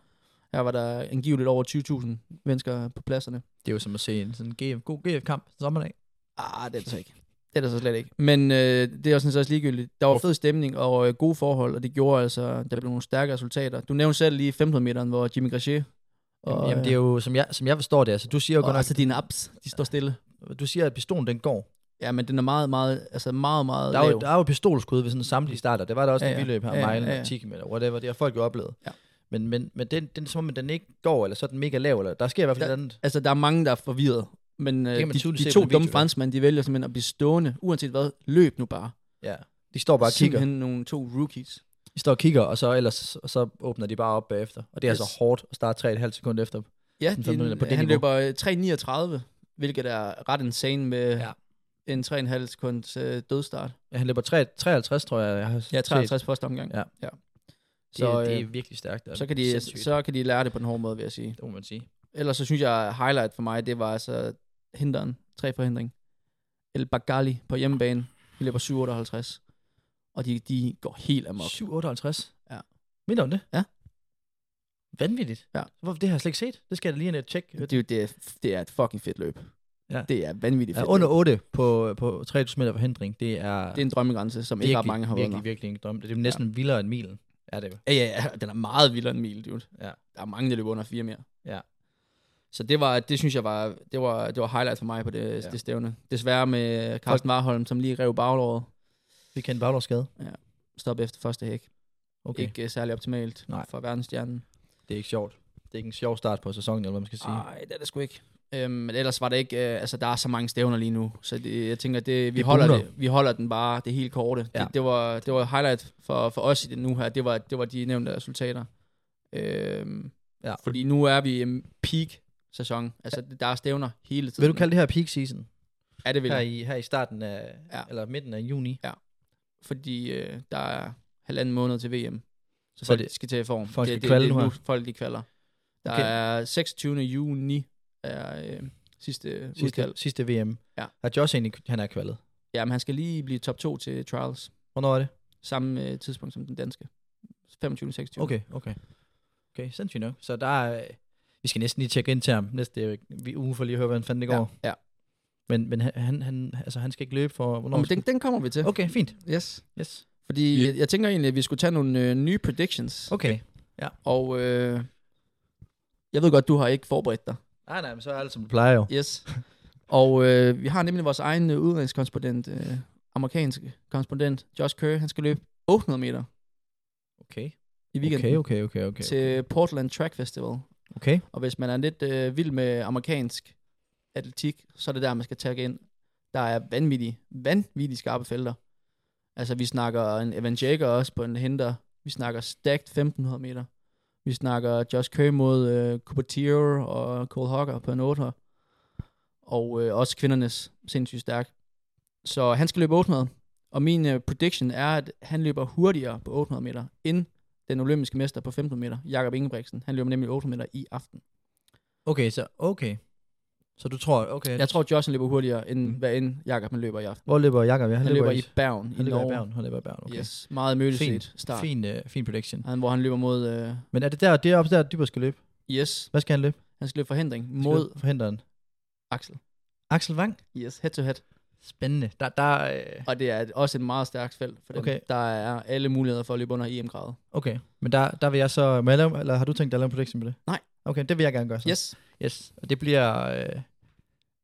Speaker 5: Her var der angiveligt over 20.000 mennesker på pladserne.
Speaker 4: Det er jo som at se en sådan GF, god GF-kamp sommerdag.
Speaker 5: Ah, det er det
Speaker 4: altså
Speaker 5: så ikke. Det er det så slet ikke. Men øh, det er også sådan set også ligegyldigt. Der var fed stemning og øh, gode forhold, og det gjorde altså, der blev nogle stærke resultater. Du nævnte selv lige 500 meteren, hvor Jimmy Grachet og,
Speaker 4: Jamen, jamen, det er jo, som jeg, som jeg forstår det, altså, du siger jo
Speaker 5: og
Speaker 4: godt
Speaker 5: altså dine apps, de står stille.
Speaker 4: nok, du siger, at pistolen den går.
Speaker 5: Ja, men den er meget, meget, altså meget, meget
Speaker 4: Der er, jo,
Speaker 5: lav.
Speaker 4: der er jo pistolskud ved sådan samtlige starter. Det var der også
Speaker 5: Ja,
Speaker 4: ja, en
Speaker 5: ja.
Speaker 4: vildløb her,
Speaker 5: Ja, ja,
Speaker 4: ja, mile,
Speaker 5: ja, ja.
Speaker 4: ja, 10 km, whatever. Det har folk jo oplevet.
Speaker 5: Ja.
Speaker 4: Men, men, men den, den, er som om, at den ikke går, eller så er den mega lav, eller der sker i hvert fald
Speaker 5: Der-
Speaker 4: ja. andet.
Speaker 5: Altså, der er mange, der er forvirret. Men øh,
Speaker 4: kan man
Speaker 5: de,
Speaker 4: tydeligt
Speaker 5: de
Speaker 4: se
Speaker 5: to
Speaker 4: på den video,
Speaker 5: dumme
Speaker 4: der.
Speaker 5: franskmænd, de vælger simpelthen at blive stående, uanset hvad. Løb nu bare.
Speaker 4: Ja. De står bare og kigger.
Speaker 5: Simpelthen nogle to rookies.
Speaker 4: De står og kigger, og så, ellers, og så åbner de bare op bagefter. Og det er
Speaker 5: Yes.
Speaker 4: yes. altså hårdt at starte 3,5 sekunder efter.
Speaker 5: Ja,
Speaker 4: Sådan
Speaker 5: de,
Speaker 4: fem minutter på det
Speaker 5: han
Speaker 4: niveau.
Speaker 5: løber øh, 3.39, hvilket er ret insane med ja.
Speaker 4: Ja.
Speaker 5: en 3,5 sekunds øh, dødstart.
Speaker 4: Ja, han løber 3, 53, tror jeg, jeg har
Speaker 5: Ja,
Speaker 4: set.
Speaker 5: 53 første omgang.
Speaker 4: Ja.
Speaker 5: ja.
Speaker 4: Så,
Speaker 5: Så,
Speaker 4: det, det er
Speaker 5: øh,
Speaker 4: virkelig stærkt. og
Speaker 5: så, kan de,
Speaker 4: sindssygt.
Speaker 5: så kan de lære det på en hård måde, vil jeg sige.
Speaker 4: Det må man sige.
Speaker 5: Ellers så synes jeg, highlight for mig, det var altså hinderen, tre forhindring. El Bagali på hjemmebane, de løber 758. Og de, de går helt amok.
Speaker 4: 7,58.
Speaker 5: Ja.
Speaker 4: Midt om det?
Speaker 5: Ja.
Speaker 4: Vanvittigt.
Speaker 5: Ja.
Speaker 4: Hvorfor, det har jeg slet ikke set. Det skal jeg da lige ind og tjekke.
Speaker 5: Det, er jo- det, er- det er et fucking fedt løb.
Speaker 4: Ja.
Speaker 5: Det er vanvittigt
Speaker 4: Ja,
Speaker 5: fedt.
Speaker 4: under
Speaker 5: løb.
Speaker 4: 8 på, på 3000 meter forhindring, det er,
Speaker 5: Det er en drømmegrænse, som ikke ret
Speaker 4: virkelig,
Speaker 5: mange har
Speaker 4: virkelig,
Speaker 5: vundet.
Speaker 4: virkelig en drøm. Det er jo næsten ja. vildere end milen, er det jo.
Speaker 5: Ja, ja, ja, den er meget vildere end mil, dude.
Speaker 4: Ja.
Speaker 5: Der er mange, der løber under fire mere.
Speaker 4: Ja.
Speaker 5: Så det var, det synes jeg var, det var, det var highlight for mig på det, ja.
Speaker 4: Ja.
Speaker 5: det stævne. Desværre med øh, Carsten Warholm, som lige rev baglåret,
Speaker 4: Vi kendte Baglovsgade.
Speaker 5: stop efter første hæk. Okay.
Speaker 4: Okay, ikke.
Speaker 5: Ikke uh, særlig optimalt
Speaker 4: Nej.
Speaker 5: for verdensstjernen.
Speaker 4: det er ikke sjovt. Det er ikke en sjov start på sæsonen, eller hvad man skal sige. Ah,
Speaker 5: Nej, det er det sgu ikke. Øhm, men ellers var det ikke, øh, altså der er så mange stævner lige nu, så det, jeg tænker, det, vi,
Speaker 4: Det
Speaker 5: holder
Speaker 4: buler.
Speaker 5: det, vi holder den bare, det helt korte. Ja.
Speaker 4: Ja.
Speaker 5: Det, det, var, det var highlight for, for os i det nu her, det var, det var de nævnte resultater. Øhm,
Speaker 4: Ja.
Speaker 5: Fordi nu er vi øhm, peak sæson, altså der er stævner hele tiden.
Speaker 4: Vil du kalde det her peak season?
Speaker 5: Ja, det vil
Speaker 4: Her
Speaker 5: jeg,
Speaker 4: i, her i starten af,
Speaker 5: Ja.
Speaker 4: ja. eller midten af juni.
Speaker 5: fordi øh, der er halvanden måned til VM, så
Speaker 4: Så
Speaker 5: folk
Speaker 4: det-
Speaker 5: skal til i form.
Speaker 4: folk
Speaker 5: det,
Speaker 4: skal
Speaker 5: det,
Speaker 4: kvalde
Speaker 5: det,
Speaker 4: nu
Speaker 5: nu
Speaker 4: her.
Speaker 5: folk de kvalder. Der
Speaker 4: Okay.
Speaker 5: er 26. juni, er øh, sidste, sidste
Speaker 4: Sidste,
Speaker 5: udkald.
Speaker 4: sidste VM.
Speaker 5: Ja.
Speaker 4: Har Josh egentlig, han er kvalet.
Speaker 5: Jamen, han skal lige blive top 2 til trials.
Speaker 4: Hvornår er det?
Speaker 5: Samme øh, tidspunkt som den danske. 25-26.
Speaker 4: Okay, okay. Okay, sindssygt nok. Så der er, vi skal næsten lige tjekke ind til ham næste øh, uge, for lige at høre, hvordan fanden det går. Ja.
Speaker 5: Ja. ja.
Speaker 4: Men, men han- han, han, altså, han skal ikke løbe for,
Speaker 5: Nå,
Speaker 4: hvornår...
Speaker 5: men den, den kommer vi til.
Speaker 4: Okay, fint.
Speaker 5: Yes.
Speaker 4: Yes.
Speaker 5: Fordi yeah. jeg, jeg tænker egentlig, at vi skulle tage nogle øh, nye predictions.
Speaker 4: Okay.
Speaker 5: Og øh, jeg ved godt, du har ikke forberedt dig.
Speaker 4: Nej, nej, men så er alt, som det plejer jo.
Speaker 5: Yes. og øh, vi har nemlig vores egen øh, udenrigskorrespondent, øh, amerikanske korrespondent, Josh Kerr. Han skal løbe 800 meter
Speaker 4: Okay.
Speaker 5: i weekenden
Speaker 4: Okay, okay, okay, okay.
Speaker 5: til Portland Track Festival.
Speaker 4: Okay.
Speaker 5: Og hvis man er lidt øh, vild med amerikansk atletik, så er det der, man skal tage ind. Der er vanvittige, vanvittige skarpe felter. Altså, vi snakker en Evan Jager også på en henter. Vi snakker stacked 1500 meter. Vi snakker Josh Kerr mod øh, Cupertier og Cole Hawker på en 8'er. Og øh, også kvindernes sindssygt stærk. Så han skal løbe 800. Og min øh, prediction er, at han løber hurtigere på 800 meter, end den olympiske mester på 1500 meter, Jakob Ingebrigtsen. Han løber nemlig 800 meter i aften.
Speaker 4: Okay, så okay. Så du tror, okay.
Speaker 5: Jeg tror, Josh han løber hurtigere, end mm.
Speaker 4: Mm.
Speaker 5: hvad end Jakob han løber i aften.
Speaker 4: hvor løber Jakob? Ja,
Speaker 5: Han, han løber, i Bergen i
Speaker 4: han løber i
Speaker 5: Norge.
Speaker 4: Bergen. Han løber i Bergen, okay.
Speaker 5: Yes, meget mødeset start. Fint.
Speaker 4: Fin, uh, fin prediction.
Speaker 5: Han, hvor han løber mod... Øh,
Speaker 4: Men er det der, det er op der, Dybber skal løbe?
Speaker 5: yes,
Speaker 4: Hvad skal han løbe?
Speaker 5: han skal løbe forhindring
Speaker 4: Han skal
Speaker 5: mod
Speaker 4: løbe forhinderen.
Speaker 5: Axel.
Speaker 4: Axel Wang?
Speaker 5: Yes, head to head.
Speaker 4: Spændende. Der, der, øh,
Speaker 5: Og det er et- også et meget stærkt felt for dem. Okay.
Speaker 4: Okay.
Speaker 5: Der er alle muligheder for at løbe under EM-gradet.
Speaker 4: okay, men der, der vil jeg så, må jeg lave, eller har du tænkt dig at lave en prediction på det?
Speaker 5: Nej.
Speaker 4: Okay, det vil jeg gerne gøre så.
Speaker 5: Yes.
Speaker 4: Yes, og det bliver... Øh,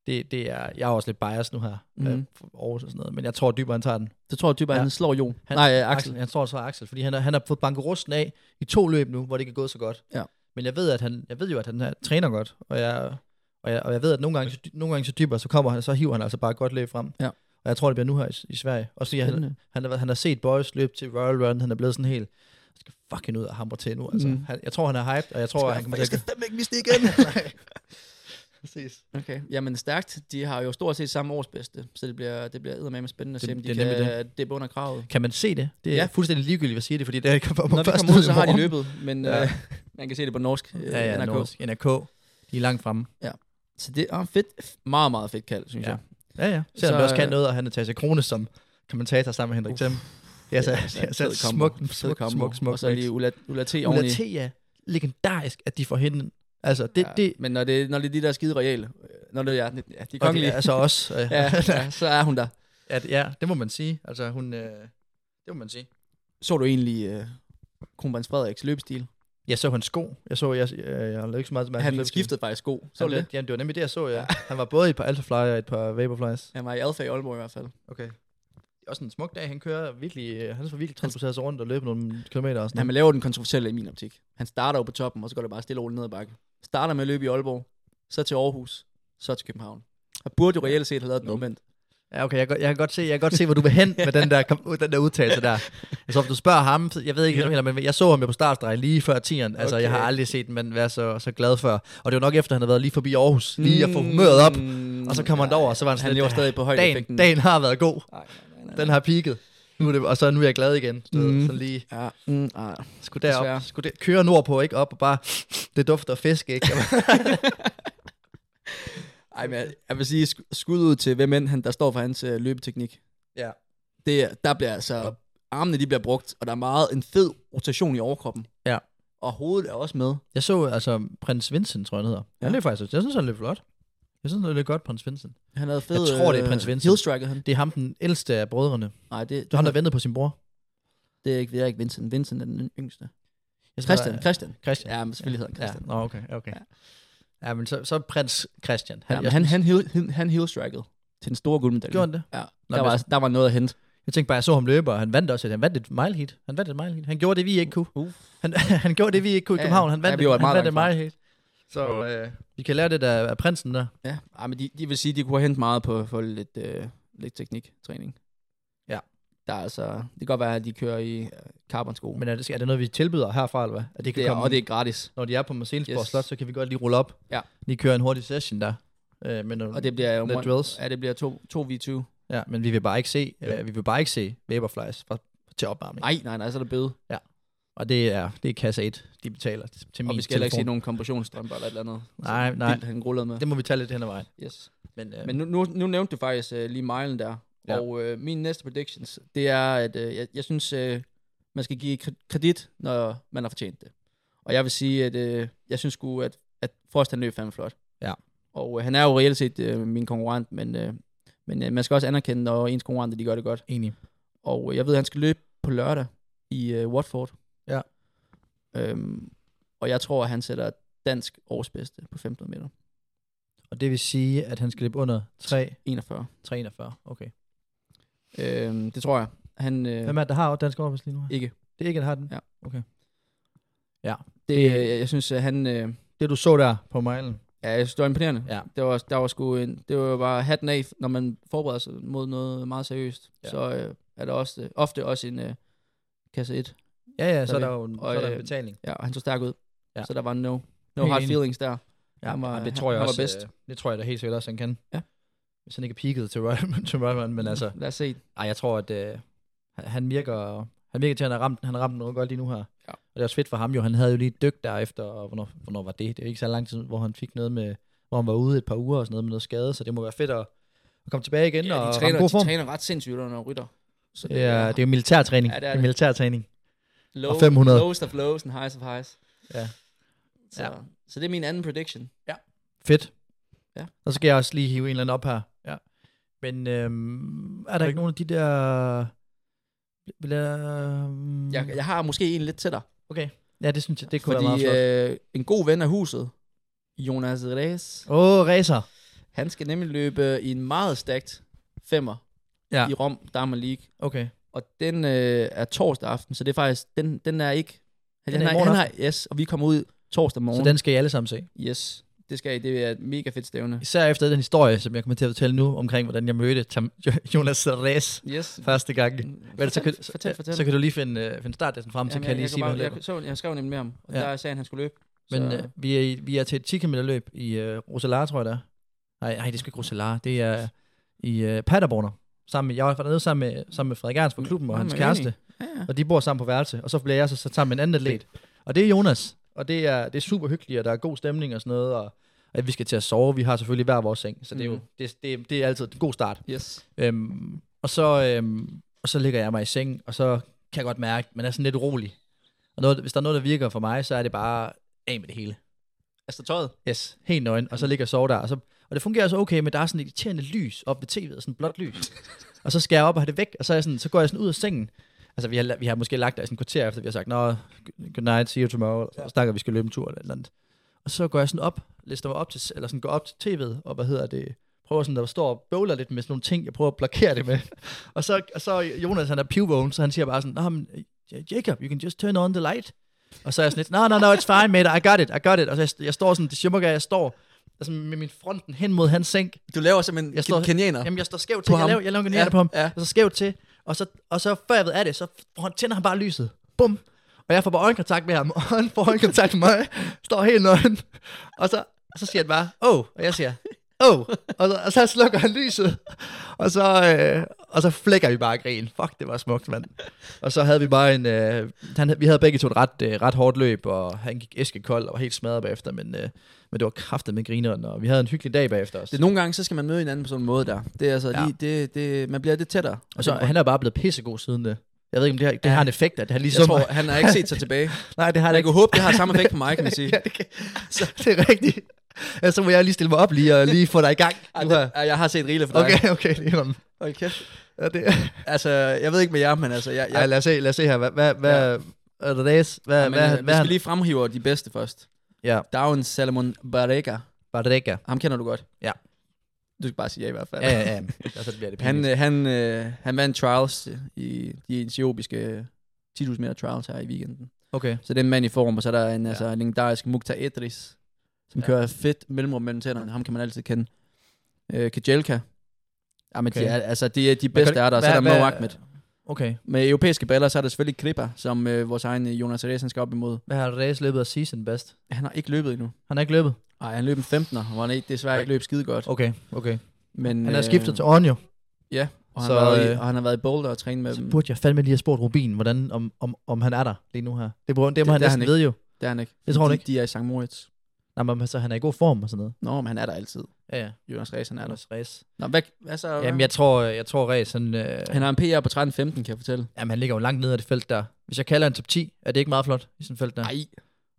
Speaker 4: det, det er, jeg er også lidt biased nu her, mm.
Speaker 5: Mhm.
Speaker 4: øh, for Aarhus og sådan noget, men jeg tror, dybere han tager den.
Speaker 5: Det tror jeg typisk, ja.
Speaker 4: Ja.
Speaker 5: han slår Jon.
Speaker 4: Han,
Speaker 5: Nej, øh, Axel.
Speaker 4: Axel. Han står så Axel, fordi han, har- han har fået banket rusten af i to løb nu, hvor det ikke er gået så godt.
Speaker 5: Ja.
Speaker 4: Men jeg ved, at han, jeg ved jo, at han er, træner godt, og jeg, og, jeg, og jeg ved, at nogle gange, så dy- nogle gange så dyber, så kommer han, så hiver han altså bare et godt løb frem.
Speaker 5: Ja.
Speaker 4: Og jeg tror, det bliver nu her i, i Sverige. Og så, ja, han,
Speaker 5: Spændende.
Speaker 4: han, har, været- han har set Boys løb til Royal Run, han er blevet sådan helt, jeg skal fucking ud og hamre til nu. Altså.
Speaker 5: Mm.
Speaker 4: Mm. Han, jeg tror, han er hyped, og jeg tror,
Speaker 5: Skal-
Speaker 4: han kommer
Speaker 5: jeg skal
Speaker 4: til at... fandme ikke miste igen. Præcis.
Speaker 5: Okay, jamen stærkt. De har jo stort set samme års bedste, så det bliver, det bliver eddermame spændende at
Speaker 4: Det-
Speaker 5: se, om de
Speaker 4: det er nemlig
Speaker 5: kan dippe under kravet.
Speaker 4: Kan man se det? Det er
Speaker 5: Ja.
Speaker 4: ja. fuldstændig ligegyldigt at sige det, fordi det er ikke på
Speaker 5: Når vi
Speaker 4: først
Speaker 5: kommer ud, så
Speaker 4: i
Speaker 5: har de
Speaker 4: morgen.
Speaker 5: løbet, men ja.
Speaker 4: Ja.
Speaker 5: øh, man kan se det på norsk øh,
Speaker 4: Ja, ja,
Speaker 5: NRK.
Speaker 4: Norsk, NRK. De er langt fremme.
Speaker 5: Ja. Så det er fedt, meget, meget fedt kald, synes
Speaker 4: Ja.
Speaker 5: jeg.
Speaker 4: Ja, ja. Selvom det også
Speaker 5: øh,
Speaker 4: kan noget, og han er Tasha Krone som kommentator sammen med Henrik Thiem. altså- Ja,
Speaker 5: Øh,
Speaker 4: så, ja, så
Speaker 5: fed combo.
Speaker 4: smuk,
Speaker 5: Fed
Speaker 4: smuk,
Speaker 5: combo.
Speaker 4: smuk, smuk.
Speaker 5: Og så lige Ulla, Ulla T
Speaker 4: Ulla
Speaker 5: oveni.
Speaker 4: T, ja. Legendarisk, at de får hende. Altså, det,
Speaker 5: Ja,
Speaker 4: ja. det,
Speaker 5: Men når det, når det er de der skide royale, øh, når det er, ja, de er
Speaker 4: Og
Speaker 5: kongelige.
Speaker 4: det er så også, øh.
Speaker 5: ja, ja, så er hun der.
Speaker 4: at, ja, det må man sige. Altså, hun, øh, det må man sige.
Speaker 5: Så du egentlig øh, Kronprins Frederiks løbestil?
Speaker 4: Jeg så hans sko. Jeg så, jeg, jeg, jeg har ikke så meget mærke til
Speaker 5: Han
Speaker 4: løbestilen.
Speaker 5: skiftede faktisk sko. Så
Speaker 4: Han
Speaker 5: du det?
Speaker 4: blev- Jamen, det var nemlig det, jeg så, ja. Han var både i et par Alphafly og et par Vaporflies.
Speaker 5: Han var i Alfa i Aalborg i hvert fald.
Speaker 4: Okay. Også en smuk dag. Han kører virkelig, øh, han får virkelig transporteret sig rundt og løbe nogle kilometer og sådan
Speaker 5: Han vil lave den kontroversielle i min optik. Han starter jo på toppen, og så går det bare stille og roligt ned ad bakken. Starter med at løbe i Aalborg, så til Aarhus, så til København. Han burde jo reelt set have lavet den omvendt.
Speaker 4: Ja, okay, jeg, kan- jeg, kan godt se, jeg kan godt se, hvor du vil hen med den der, kom- ud- den der udtalelse der. Altså, om du spørger ham, jeg ved ikke, yeah. men jeg så ham jo på startstregen lige før 10'eren. Altså, okay. jeg har
Speaker 5: Okay.
Speaker 4: aldrig set en mand være så, så glad før. Og det var nok efter, han havde været lige forbi Aarhus, lige at få humøret op.
Speaker 5: Mm,
Speaker 4: Og så kommer han
Speaker 5: Hmm, nej,
Speaker 4: derover, og så var han sådan
Speaker 5: han "Ah,
Speaker 4: lidt,
Speaker 5: lever stadig på højdeeffekten."
Speaker 4: dagen, dagen har været god.
Speaker 5: Nej, nej, nej,
Speaker 4: Den har peaked. Nu er det, og så nu er jeg glad igen. Du
Speaker 5: Mm.
Speaker 4: mm. Sådan lige,
Speaker 5: Ja, mm, ah,
Speaker 4: skulle derop,
Speaker 5: desværre.
Speaker 4: skulle der, køre nordpå, ikke? Op og bare, det dufter af fisk, ikke?
Speaker 5: Ej, men jeg, jeg vil sige, sk- skud ud til hvem end han, der står for hans øh, løbeteknik.
Speaker 4: ja.
Speaker 5: Det, er- der bliver altså, armene de bliver brugt, og der er meget en fed rotation i overkroppen.
Speaker 4: Ja.
Speaker 5: Og hovedet er også med.
Speaker 4: Jeg så altså prins Vincent, tror jeg, han hedder. Ja.
Speaker 5: Ja.
Speaker 4: Han løb faktisk, jeg synes, han løb flot. Jeg synes, han løb godt, prins Vincent.
Speaker 5: Han havde fed,
Speaker 4: Jeg tror, det er prins Vincent.
Speaker 5: Heel han.
Speaker 4: Det er ham, den ældste af brødrene.
Speaker 5: Nej, det,
Speaker 4: Du har
Speaker 5: det,
Speaker 4: der ventet på sin bror.
Speaker 5: det, er ikke, det er ikke Vincent. Vincent er den yngste.
Speaker 4: Jeg tror,
Speaker 5: Christian,
Speaker 4: der er-
Speaker 5: Christian.
Speaker 4: Christian.
Speaker 5: Ja, men selvfølgelig hedder han
Speaker 4: Ja,
Speaker 5: Christian.
Speaker 4: Nå, okay, okay. Ja, men så, så prins Christian.
Speaker 5: Ja, men
Speaker 4: jeg
Speaker 5: han,
Speaker 4: synes-
Speaker 5: han, heel- han, han heel-strikede til den store guldmedalje.
Speaker 4: Gjorde han det?
Speaker 5: Ja,
Speaker 4: Nå,
Speaker 5: der,
Speaker 4: men
Speaker 5: var, altså- der var noget at hente.
Speaker 4: Jeg tænkte bare, jeg så ham løbe, og han vandt også. et- Han vandt et mile heat. Han vandt et mile heat. Han gjorde det, vi ikke kunne.
Speaker 5: Uh.
Speaker 4: Han, han gjorde det, vi ikke kunne i
Speaker 5: Ja, ja.
Speaker 4: København. Han
Speaker 5: Ja,
Speaker 4: vandt,
Speaker 5: vi var
Speaker 4: ja, han
Speaker 5: meget
Speaker 4: vandt et
Speaker 5: langt
Speaker 4: mile heat. Så øh, vi kan lære det der af prinsen der.
Speaker 5: Ja, Ej, men de, de vil sige, at de kunne have hentet meget på for lidt, øh, lidt tekniktræning.
Speaker 4: Ja.
Speaker 5: Der er altså, det kan godt være, at de kører i øh, carbonsko.
Speaker 4: Men er det, er det noget, vi tilbyder herfra, eller hvad? At det kan
Speaker 5: det er,
Speaker 4: komme,
Speaker 5: og det er gratis.
Speaker 4: Når de er på Marcelsborg
Speaker 5: Yes.
Speaker 4: yes. Slot, så kan vi godt lige rulle op.
Speaker 5: Ja.
Speaker 4: Lige køre en hurtig session der. Øh, men,
Speaker 5: Og det bliver jo...
Speaker 4: Lidt drills.
Speaker 5: Ja, det bliver 2, 2 v 20
Speaker 4: Ja, men vi vil bare ikke se, ja. øh, vi vil bare ikke se Vaporflies fra, til opvarmning.
Speaker 5: Nej, nej, nej, så er der bøde.
Speaker 4: Og det er, det er kasse 1, de betaler til til min
Speaker 5: Og vi skal heller ikke se
Speaker 4: telefon.
Speaker 5: nogen kompressionsstrømper eller et eller andet.
Speaker 4: Nej,
Speaker 5: Så
Speaker 4: nej.
Speaker 5: vildt, han rullede med.
Speaker 4: Det må vi tage lidt hen ad vejen.
Speaker 5: Yes.
Speaker 4: Men, øh,
Speaker 5: Men
Speaker 4: men
Speaker 5: nu, nu, nu nævnte du faktisk øh, lige milen der. Ja.
Speaker 4: Ja.
Speaker 5: Og øh, min næste predictions, det er, at øh, jeg, jeg synes, øh, man skal give kre- kredit, når man har fortjent det. Og jeg vil sige, at øh, jeg synes sgu, at, at Frost han løb fandme flot.
Speaker 4: Ja.
Speaker 5: Og øh, han er jo reelt set øh, min konkurrent, men, øh, men øh, man skal også anerkende, når ens konkurrenter de gør det godt.
Speaker 4: enig.
Speaker 5: Og øh, jeg ved, at han skal løbe på lørdag i øh, Watford.
Speaker 4: Ja.
Speaker 5: Øhm, og jeg tror, at han sætter dansk årsbedste på 15 meter.
Speaker 4: Og det vil sige, at han skal løbe under 3,
Speaker 5: 41.
Speaker 4: 43. Okay.
Speaker 5: Øhm, det tror jeg. Han, øh,
Speaker 4: Hvem er det, der har dansk overvis lige nu?
Speaker 5: Ikke.
Speaker 4: Det er ikke, der har den.
Speaker 5: Ja.
Speaker 4: Okay.
Speaker 5: Det, øh, jeg, jeg synes, at han... Øh,
Speaker 4: Det du så der på mejlen.
Speaker 5: ja, jeg synes, det var imponerende.
Speaker 4: Ja.
Speaker 5: Det var, der var sgu en, det var jo bare hatten af, når man forbereder sig mod noget meget seriøst. Ja.
Speaker 4: Ja.
Speaker 5: Så øh, er der også, øh, ofte også en øh, kasse 1.
Speaker 4: Ja, ja,
Speaker 5: Der
Speaker 4: så er
Speaker 5: vi-
Speaker 4: der jo en,
Speaker 5: og,
Speaker 4: så er der en
Speaker 5: øh,
Speaker 4: betaling.
Speaker 5: Ja, og han tog stærk ud. Ja.
Speaker 4: Ja.
Speaker 5: Så der var no, no
Speaker 4: Helt
Speaker 5: hard
Speaker 4: enig.
Speaker 5: feelings der. han var-
Speaker 4: og
Speaker 5: han-
Speaker 4: det tror jeg
Speaker 5: han var
Speaker 4: også,
Speaker 5: bedst.
Speaker 4: øh, det tror jeg da helt sikkert også, han kan.
Speaker 5: Ja.
Speaker 4: Hvis han ikke er peaked til Ryman, til Ryman men altså,
Speaker 5: Lad os se.
Speaker 4: ej, jeg tror, at øh, han- han virker, han virker til, at han har ramt, han har ramt noget godt lige nu her.
Speaker 5: Ja.
Speaker 4: Og det er også fedt for ham jo, han havde jo lige et dyk der efter, og hvornår, hvornår var det? Det er jo ikke så lang tid, hvor han fik noget med, hvor han var ude et par uger og sådan noget med noget skade, så det må være fedt at, at komme tilbage igen
Speaker 5: Ja,
Speaker 4: og
Speaker 5: de,
Speaker 4: ramme
Speaker 5: træner,
Speaker 4: god
Speaker 5: de
Speaker 4: form.
Speaker 5: træner ret sindssygt, når rytter. Så
Speaker 4: Det er, det er jo
Speaker 5: Ja,
Speaker 4: militærtræning. Ja,
Speaker 5: det
Speaker 4: det
Speaker 5: er
Speaker 4: er
Speaker 5: det.
Speaker 4: militærtræning.
Speaker 5: low,
Speaker 4: og 500.
Speaker 5: Lowest of lows and highest of highs.
Speaker 4: Ja.
Speaker 5: Så,
Speaker 4: Ja. Mm.
Speaker 5: så det er min anden prediction.
Speaker 4: Fedt.
Speaker 5: Ja.
Speaker 4: Og så skal jeg også lige hive en eller anden op her. Ja. Men øhm, er der ikke nogen af de der... Vil jeg, øhm,
Speaker 5: Jeg, jeg har måske en lidt til dig.
Speaker 4: Ja, det synes jeg, det kunne Fordi, være
Speaker 5: Fordi
Speaker 4: meget flot.
Speaker 5: øh, en god ven af huset, Jonas Rees,
Speaker 4: Åh, øh... oh, racer.
Speaker 5: han skal nemlig løbe i en meget stærkt femmer ja.
Speaker 4: Ja.
Speaker 5: i Rom, Diamond League.
Speaker 4: Okay.
Speaker 5: Og den øh, er torsdag aften, så det er faktisk, den, den er ikke... Han,
Speaker 4: Den er
Speaker 5: han,
Speaker 4: i
Speaker 5: har,
Speaker 4: morgen
Speaker 5: han har, yes, og vi kommer ud torsdag morgen.
Speaker 4: Så den skal I alle sammen se.
Speaker 5: Yes. det skal I. Det er et mega fedt stævne.
Speaker 4: Især efter den historie, som jeg kommer til at fortælle nu, omkring hvordan jeg mødte Tam- Jo- Jonas Serres
Speaker 5: yes.
Speaker 4: første gang. Hvad, så, kan,
Speaker 5: Fortæl, Mm. fortæl, fortæl.
Speaker 4: så, så kan du lige finde, øh, finde startdatoen frem, så kan jeg lige
Speaker 5: jeg,
Speaker 4: sige,
Speaker 5: kunne
Speaker 4: hvad han
Speaker 5: bare-
Speaker 4: løber.
Speaker 5: jeg, så, jeg skrev nemlig med ham, og
Speaker 4: Ja.
Speaker 5: ja. der sagde han, han skulle løbe.
Speaker 4: Men
Speaker 5: så-
Speaker 4: øh, vi, er, i- vi er til et 10 km løb i øh, Roselar, tror jeg det er. Nej, nej, det skal ikke Roselar. Det er i øh, Paderborn. Sammen med, jeg var dernede sammen med, sammen med Frederik Ernst fra klubben og
Speaker 5: Nå,
Speaker 4: hans
Speaker 5: men
Speaker 4: kæreste.
Speaker 5: enig. Ja, ja.
Speaker 4: Og de bor sammen på værelse. Og så bliver jeg så sat sammen med en anden atlet. Og det er Jonas. Og det er, det er super hyggeligt, og der er god stemning og sådan noget. Og, og vi skal til at sove. Vi har selvfølgelig hver vores seng. Så det er jo
Speaker 5: Mhm.
Speaker 4: det, det, det er altid en god start.
Speaker 5: Yes.
Speaker 4: Øhm, og, så, øhm, og så ligger jeg mig i seng, og så kan jeg godt mærke, at man er sådan lidt urolig. Og noget, hvis der er noget, der virker for mig, så er det bare af med det hele.
Speaker 5: Altså tøjet?
Speaker 4: Yes, helt nøgen, og så ligger jeg og sover der. Og, så, og det fungerer så okay, men der er sådan et irriterende lys op ved tv'et, sådan et blåt lys. og så skal jeg op og have det væk, og så, er jeg sådan, så går jeg sådan ud af sengen. Altså, vi har, la- vi har måske lagt der i sådan en kvarter efter, vi har sagt, nå, good night, see you tomorrow, og så snakker, vi, vi skal løbe en tur eller et eller andet. Og så går jeg sådan op, lister mig op til, eller sådan går op til tv'et, og hvad hedder det, prøver sådan, der står og bøvler lidt med sådan nogle ting, jeg prøver at blokere det med. og, så, og så Jonas, han er pivvågen, så han siger bare sådan, nå, men, J- Jacob, you can just turn on the light. Og så er jeg sådan lidt, no, no, no, it's fine, mate, I got it, I got it. Og så jeg, jeg står sådan, det shimmer, jeg står altså med min fronten hen mod hans seng.
Speaker 5: Du laver simpelthen
Speaker 4: jeg står,
Speaker 5: kenianer
Speaker 4: Jamen, jeg står skævt
Speaker 5: på
Speaker 4: til, jeg
Speaker 5: ham.
Speaker 4: laver, jeg laver kenianer
Speaker 5: Ja,
Speaker 4: på ham,
Speaker 5: ja.
Speaker 4: og så skævt til, og så, og så før jeg ved af det, så f- han tænder han bare lyset. Bum! Og jeg får bare øjenkontakt med ham, og han får øjenkontakt med mig, står helt nøgen, og så, og så siger han bare, oh, og jeg siger, oh, og så, og så slukker han lyset, og så, øh, og så flækker vi bare grin. Fuck, det var smukt, mand. Og så havde vi bare en, øh, han, vi havde begge to et ret, øh, ret hårdt løb, og han gik æskekold og var helt smadret bagefter, men, øh, men det var kraftet med grineren, og vi havde en hyggelig dag bagefter os.
Speaker 5: Det, nogle gange, så skal man møde hinanden på sådan en måde der. Det er altså
Speaker 4: Ja.
Speaker 5: ja. lige, det, det, man bliver lidt tættere.
Speaker 4: Og så, han er bare blevet pissegod siden det. Jeg ved ikke, om det har, det har en effekt, at han lige
Speaker 5: Jeg tror, han har ikke set sig tilbage.
Speaker 4: Nej, det har han
Speaker 5: Jeg
Speaker 4: ikke.
Speaker 5: kunne håbe, det har samme effekt på mig, kan man sige.
Speaker 4: ja, det, kan. Så, det er rigtigt. Ja, så må jeg lige stille mig op lige og lige få dig i gang.
Speaker 5: Ej,
Speaker 4: Nu
Speaker 5: det,
Speaker 4: har-
Speaker 5: ej, jeg har set rigeligt for dig.
Speaker 4: Okay, okay, det er om.
Speaker 5: Hold kæft.
Speaker 4: Ja, det,
Speaker 5: Altså, jeg ved ikke med jer, men altså... Jeg, jeg,
Speaker 4: ej, lad os se, lad os se her. Hvad, hvad, hvad, hvad, hvad, hvad,
Speaker 5: ja, men,
Speaker 4: hvad,
Speaker 5: øh, vi
Speaker 4: hvad,
Speaker 5: skal lige fremhive de bedste først.
Speaker 4: Ja.
Speaker 5: Der er jo en Salomon Barrega.
Speaker 4: Barrega.
Speaker 5: Ham kender du godt.
Speaker 4: Ja.
Speaker 5: Du skal bare sige ja i hvert fald.
Speaker 4: Ja, ja, ja. Og så bliver det
Speaker 5: Han,
Speaker 4: pinligt.
Speaker 5: øh, han, øh, han vandt trials i de etiopiske øh, 10.000 meter trials her i weekenden.
Speaker 4: øh, Okay.
Speaker 5: Så det er en mand i form, og så er der en, ja. altså, en legendarisk Mukhtar Idris, som
Speaker 4: Ja.
Speaker 5: ja. kører fedt mellemrum mellem tænderne. Ham kan man altid kende. Øh, Kajelka. Jamen, okay.
Speaker 4: Okay.
Speaker 5: de er, altså, de, er- de
Speaker 4: Hvad
Speaker 5: bedste
Speaker 4: kan-
Speaker 5: er der. Så er der
Speaker 4: hvad-
Speaker 5: Mo
Speaker 4: hvad-
Speaker 5: Ahmed.
Speaker 4: Okay.
Speaker 5: Med europæiske baller, så er der selvfølgelig Kripper, som øh, vores egen øh, Jonas Reyes, han skal op imod.
Speaker 4: Hvad har Reyes løbet af season best?
Speaker 5: Han har ikke løbet endnu.
Speaker 4: Han har ikke løbet?
Speaker 5: Nej, han løb en 15'er, hvor han ikke, desværre ikke løb skide godt.
Speaker 4: Okay, okay.
Speaker 5: Men,
Speaker 4: Han er
Speaker 5: øh,
Speaker 4: skiftet til Onjo.
Speaker 5: Ja, og han,
Speaker 4: Så,
Speaker 5: så, har været i,
Speaker 4: øh,
Speaker 5: og han har været i Boulder og trænet med
Speaker 4: Så
Speaker 5: dem.
Speaker 4: burde jeg fandme lige have spurgt Rubin, hvordan, om, om, om han er der lige nu her. Det, burde, det
Speaker 5: Det-
Speaker 4: må han
Speaker 5: det er han
Speaker 4: næsten
Speaker 5: ikke.
Speaker 4: vide jo.
Speaker 5: Det er han ikke.
Speaker 4: Det tror du
Speaker 5: de,
Speaker 4: ikke?
Speaker 5: De er i St. Moritz.
Speaker 4: Nej, men så han er i god form og sådan noget.
Speaker 5: Nå, men han er der altid.
Speaker 4: Ja, ja.
Speaker 5: Jonas Reyes, han er der.
Speaker 4: Anders Reyes.
Speaker 5: Nå, hvad, altså,
Speaker 4: Jamen, jeg tror, jeg tror Reyes, han, øh,
Speaker 5: Han har en PR på 13-15, kan jeg fortælle.
Speaker 4: jamen, han ligger jo langt nede af det felt der. Hvis jeg kalder en top 10, er det ikke meget flot i sådan et felt der?
Speaker 5: Nej.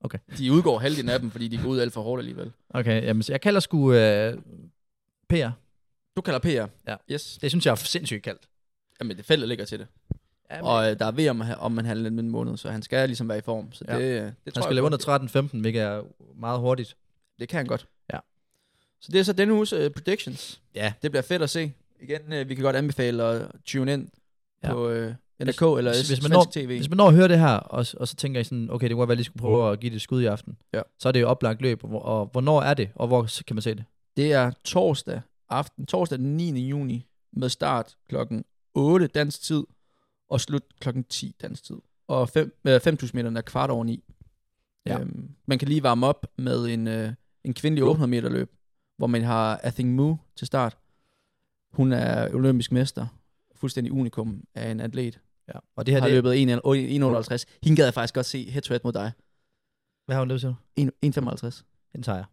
Speaker 4: Okay.
Speaker 5: De udgår halvdelen af dem, fordi de går ud alt for hårdt alligevel.
Speaker 4: Okay, jamen, så jeg kalder sgu øh, PR.
Speaker 5: Du kalder PR.
Speaker 4: Ja.
Speaker 5: Yes.
Speaker 4: Det synes jeg er sindssygt kaldt.
Speaker 5: Jamen, det feltet ligger til det.
Speaker 4: Jamen,
Speaker 5: Og øh, der er ved om, om man handler en måned, så han skal ligesom være i form. Så
Speaker 4: Ja.
Speaker 5: det, øh, det tror
Speaker 4: han
Speaker 5: jeg
Speaker 4: skal løbe
Speaker 5: godt,
Speaker 4: under 13-15, hvilket er meget hurtigt.
Speaker 5: Det kan han godt.
Speaker 4: Ja.
Speaker 5: Så det er så denne uges øh, predictions.
Speaker 4: Ja.
Speaker 5: Det bliver fedt at se. Igen, øh, vi kan godt anbefale at tune ind
Speaker 4: Ja.
Speaker 5: ja. på øh, NRK eller
Speaker 4: hvis-
Speaker 5: hvis,
Speaker 4: hvis
Speaker 5: svensk
Speaker 4: man når-
Speaker 5: tv.
Speaker 4: Hvis man når at høre det her, og, og så tænker I sådan, okay, det kunne godt være, at jeg lige skulle prøve at give det et skud i aften.
Speaker 5: Ja.
Speaker 4: Så er det jo oplagt løb, og, hvor- og hvornår er det, og hvor s- kan man se det?
Speaker 5: Det er torsdag aften, torsdag den 9. juni, med start klokken 8 dansk tid, og slut klokken 10 dansk tid. Og fem- øh, 5.000 meter er kvart over 9.
Speaker 4: Ja.
Speaker 5: Øhm, man kan lige varme op med en, øh, en kvindelig 800 meter løb, hvor man har Athing Mu til start. Hun er olympisk mester, fuldstændig unikum af en atlet.
Speaker 4: Ja. Og det her,
Speaker 5: har
Speaker 4: det,
Speaker 5: løbet 1 1,58. Hende gad jeg faktisk godt se head to head mod dig.
Speaker 4: hvad har hun løbet til nu?
Speaker 5: 1 1,55.
Speaker 4: En sejr.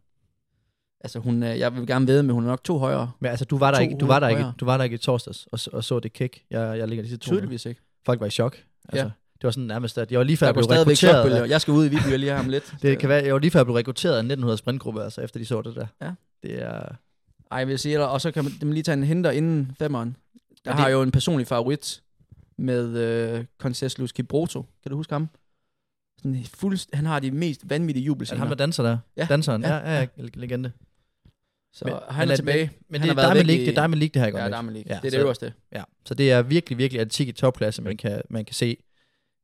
Speaker 5: Altså hun, er- jeg vil gerne vide, men hun er nok to højere.
Speaker 4: Men altså, du var der,
Speaker 5: To
Speaker 4: ikke, du var der, ikke,
Speaker 5: højere.
Speaker 4: du var der ikke i torsdags og, s- og så det kick. Jeg, jeg ligger lige til to.
Speaker 5: Tydeligvis ikke.
Speaker 4: Folk var i chok. Altså, ja.
Speaker 5: Ja.
Speaker 4: Det var sådan nærmest, at jeg var lige før
Speaker 5: Der
Speaker 4: jeg
Speaker 5: går
Speaker 4: blev
Speaker 5: stadigvæk
Speaker 4: rekrutteret.
Speaker 5: chokbølger.
Speaker 4: af-
Speaker 5: Jeg skal ud i Viby lige her om lidt.
Speaker 4: Det kan være, jeg var lige før jeg blev rekrutteret af en 1900 sprintgruppe, altså efter de så det der.
Speaker 5: Ja.
Speaker 4: Det er...
Speaker 5: Ej, jeg vil sige, eller- og så kan man dem lige tage en henter inden femmeren. Der
Speaker 4: Og
Speaker 5: har
Speaker 4: det-
Speaker 5: jeg jo en personlig favorit med øh, Conces Luz Kibroto. Kan du huske ham? Sådan en fuldst, han har de mest vanvittige
Speaker 4: Er det ham,
Speaker 5: jubelscener.
Speaker 4: der danser der?
Speaker 5: Ja.
Speaker 4: Danseren? Ja,
Speaker 5: Ja.
Speaker 4: ja, ja, legende.
Speaker 5: Så
Speaker 4: Men-
Speaker 5: han
Speaker 4: men
Speaker 5: er
Speaker 4: at-
Speaker 5: tilbage.
Speaker 4: Men
Speaker 5: Han
Speaker 4: det
Speaker 5: har
Speaker 4: er
Speaker 5: været
Speaker 4: Diamond
Speaker 5: væk
Speaker 4: League, det er
Speaker 5: i-
Speaker 4: Diamond League, det her
Speaker 5: Ja,
Speaker 4: godt
Speaker 5: der
Speaker 4: nok.
Speaker 5: er man
Speaker 4: Ja,
Speaker 5: ikke. Det er
Speaker 4: så-
Speaker 5: det øverste.
Speaker 4: Ja, så det er virkelig, virkelig antik i topklasse, man kan, man kan se.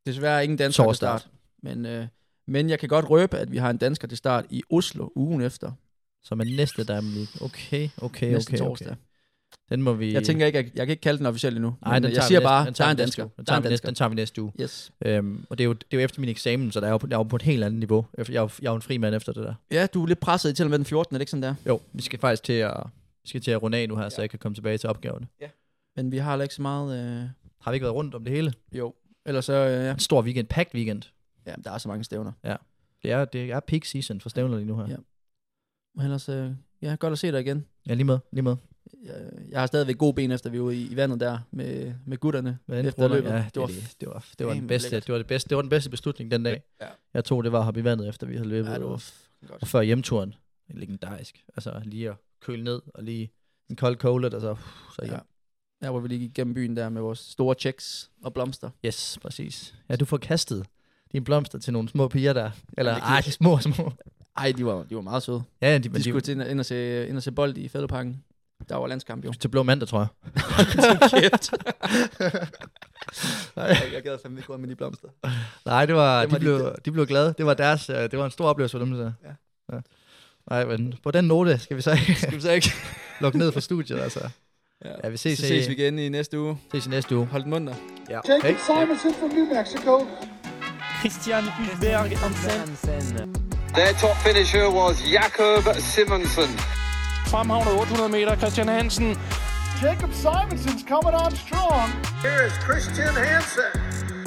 Speaker 5: Desværre ingen dansker til
Speaker 4: Torsdag.
Speaker 5: start. Men, øh, men jeg kan godt røbe, at vi har en dansker til start i Oslo ugen efter.
Speaker 4: som er næste Diamond League. Okay, okay,
Speaker 5: Næste
Speaker 4: okay, okay.
Speaker 5: torsdag.
Speaker 4: Den må vi...
Speaker 5: Jeg tænker ikke, jeg, jeg kan ikke kalde den officielt endnu.
Speaker 4: Nej,
Speaker 5: men
Speaker 4: den
Speaker 5: jeg
Speaker 4: tager vi
Speaker 5: siger
Speaker 4: næste-
Speaker 5: bare,
Speaker 4: den
Speaker 5: der
Speaker 4: tager
Speaker 5: er
Speaker 4: vi
Speaker 5: en
Speaker 4: næste
Speaker 5: dansker.
Speaker 4: uge. Den
Speaker 5: Der er
Speaker 4: tager
Speaker 5: en
Speaker 4: vi næste-
Speaker 5: dansker.
Speaker 4: Den tager vi næste uge.
Speaker 5: Yes.
Speaker 4: Øhm, og det er, jo, det er jo efter min eksamen, så der er jo, på- jeg er jo på et helt andet niveau. øh, Jeg er jo, jeg er jo en fri mand efter det der.
Speaker 5: Ja, du er lidt presset i til og med den 14. Er det ikke sådan der?
Speaker 4: Jo, vi skal faktisk til at, vi skal til at runde af nu her, ja. så jeg kan komme tilbage til opgaverne.
Speaker 5: Ja. Men vi har heller ikke så meget... Øh...
Speaker 4: Har vi ikke været rundt om det hele?
Speaker 5: Jo. Ellers så... Øh, ja.
Speaker 4: En stor weekend, packed weekend.
Speaker 5: ja, der er så mange stævner.
Speaker 4: Ja. Det er, det er peak season for stævner lige nu her.
Speaker 5: Ja. Men ellers... Øh... Ja, godt at se dig igen.
Speaker 4: Ja, lige med, lige med.
Speaker 5: Jeg, jeg har stadigvæk gode ben, efter vi var i, i vandet der med, med gutterne.
Speaker 4: Med anden
Speaker 5: efter
Speaker 4: brunner.
Speaker 5: løbet.
Speaker 4: Ja, det,
Speaker 5: det var
Speaker 4: det, det, var, det var den
Speaker 5: fandme
Speaker 4: bedste,
Speaker 5: lækkert.
Speaker 4: det var det bedste, det var den bedste beslutning den dag.
Speaker 5: Ja.
Speaker 4: Jeg tog, det var at hoppe i vandet, efter vi havde løbet.
Speaker 5: Ja, det var
Speaker 4: og-
Speaker 5: fucking godt.
Speaker 4: Og før hjemturen, legendarisk. Altså lige at køle ned, og lige en kold cola, og så, uh, så ja.
Speaker 5: Ja. Der hvor vi lige gik igennem byen der med vores store checks og blomster.
Speaker 4: Yes, præcis. Ja, du får kastet dine blomster til nogle små piger der. Eller,
Speaker 5: det kan-
Speaker 4: ej, de små, små.
Speaker 5: Ej, de var, de var meget søde.
Speaker 4: Ja, ja, de,
Speaker 5: De, de skulle til ind, ind, og se, ind og se bold i Fældeparken. Der var landskamp jo.
Speaker 4: til blå mandag, tror jeg.
Speaker 5: Kæft. jeg, jeg gad fandme ikke gå med de blomster.
Speaker 4: Nej, det var,
Speaker 5: Det
Speaker 4: det
Speaker 5: var
Speaker 4: var
Speaker 5: de-
Speaker 4: de, blev, de blev glade. Det var deres, øh, det var en stor oplevelse for dem, så.
Speaker 5: Ja.
Speaker 4: ja. Nej, men på den note skal vi så
Speaker 5: Skal vi så ikke?
Speaker 4: lukke ned for studiet, altså. Ja, vi ses,
Speaker 5: så ses
Speaker 4: i-
Speaker 5: vi igen i næste uge.
Speaker 4: ses i næste uge.
Speaker 5: Hold den munter.
Speaker 4: Ja.
Speaker 1: Jacob Simonson from New Mexico
Speaker 2: Christian Hulberg Hansen.
Speaker 3: Their top finisher was Jakob Simonsen.
Speaker 2: Fremhavnet 800 meter, Christian Hansen.
Speaker 1: Jacob Simonson's coming on strong. Here is Christian Hansen.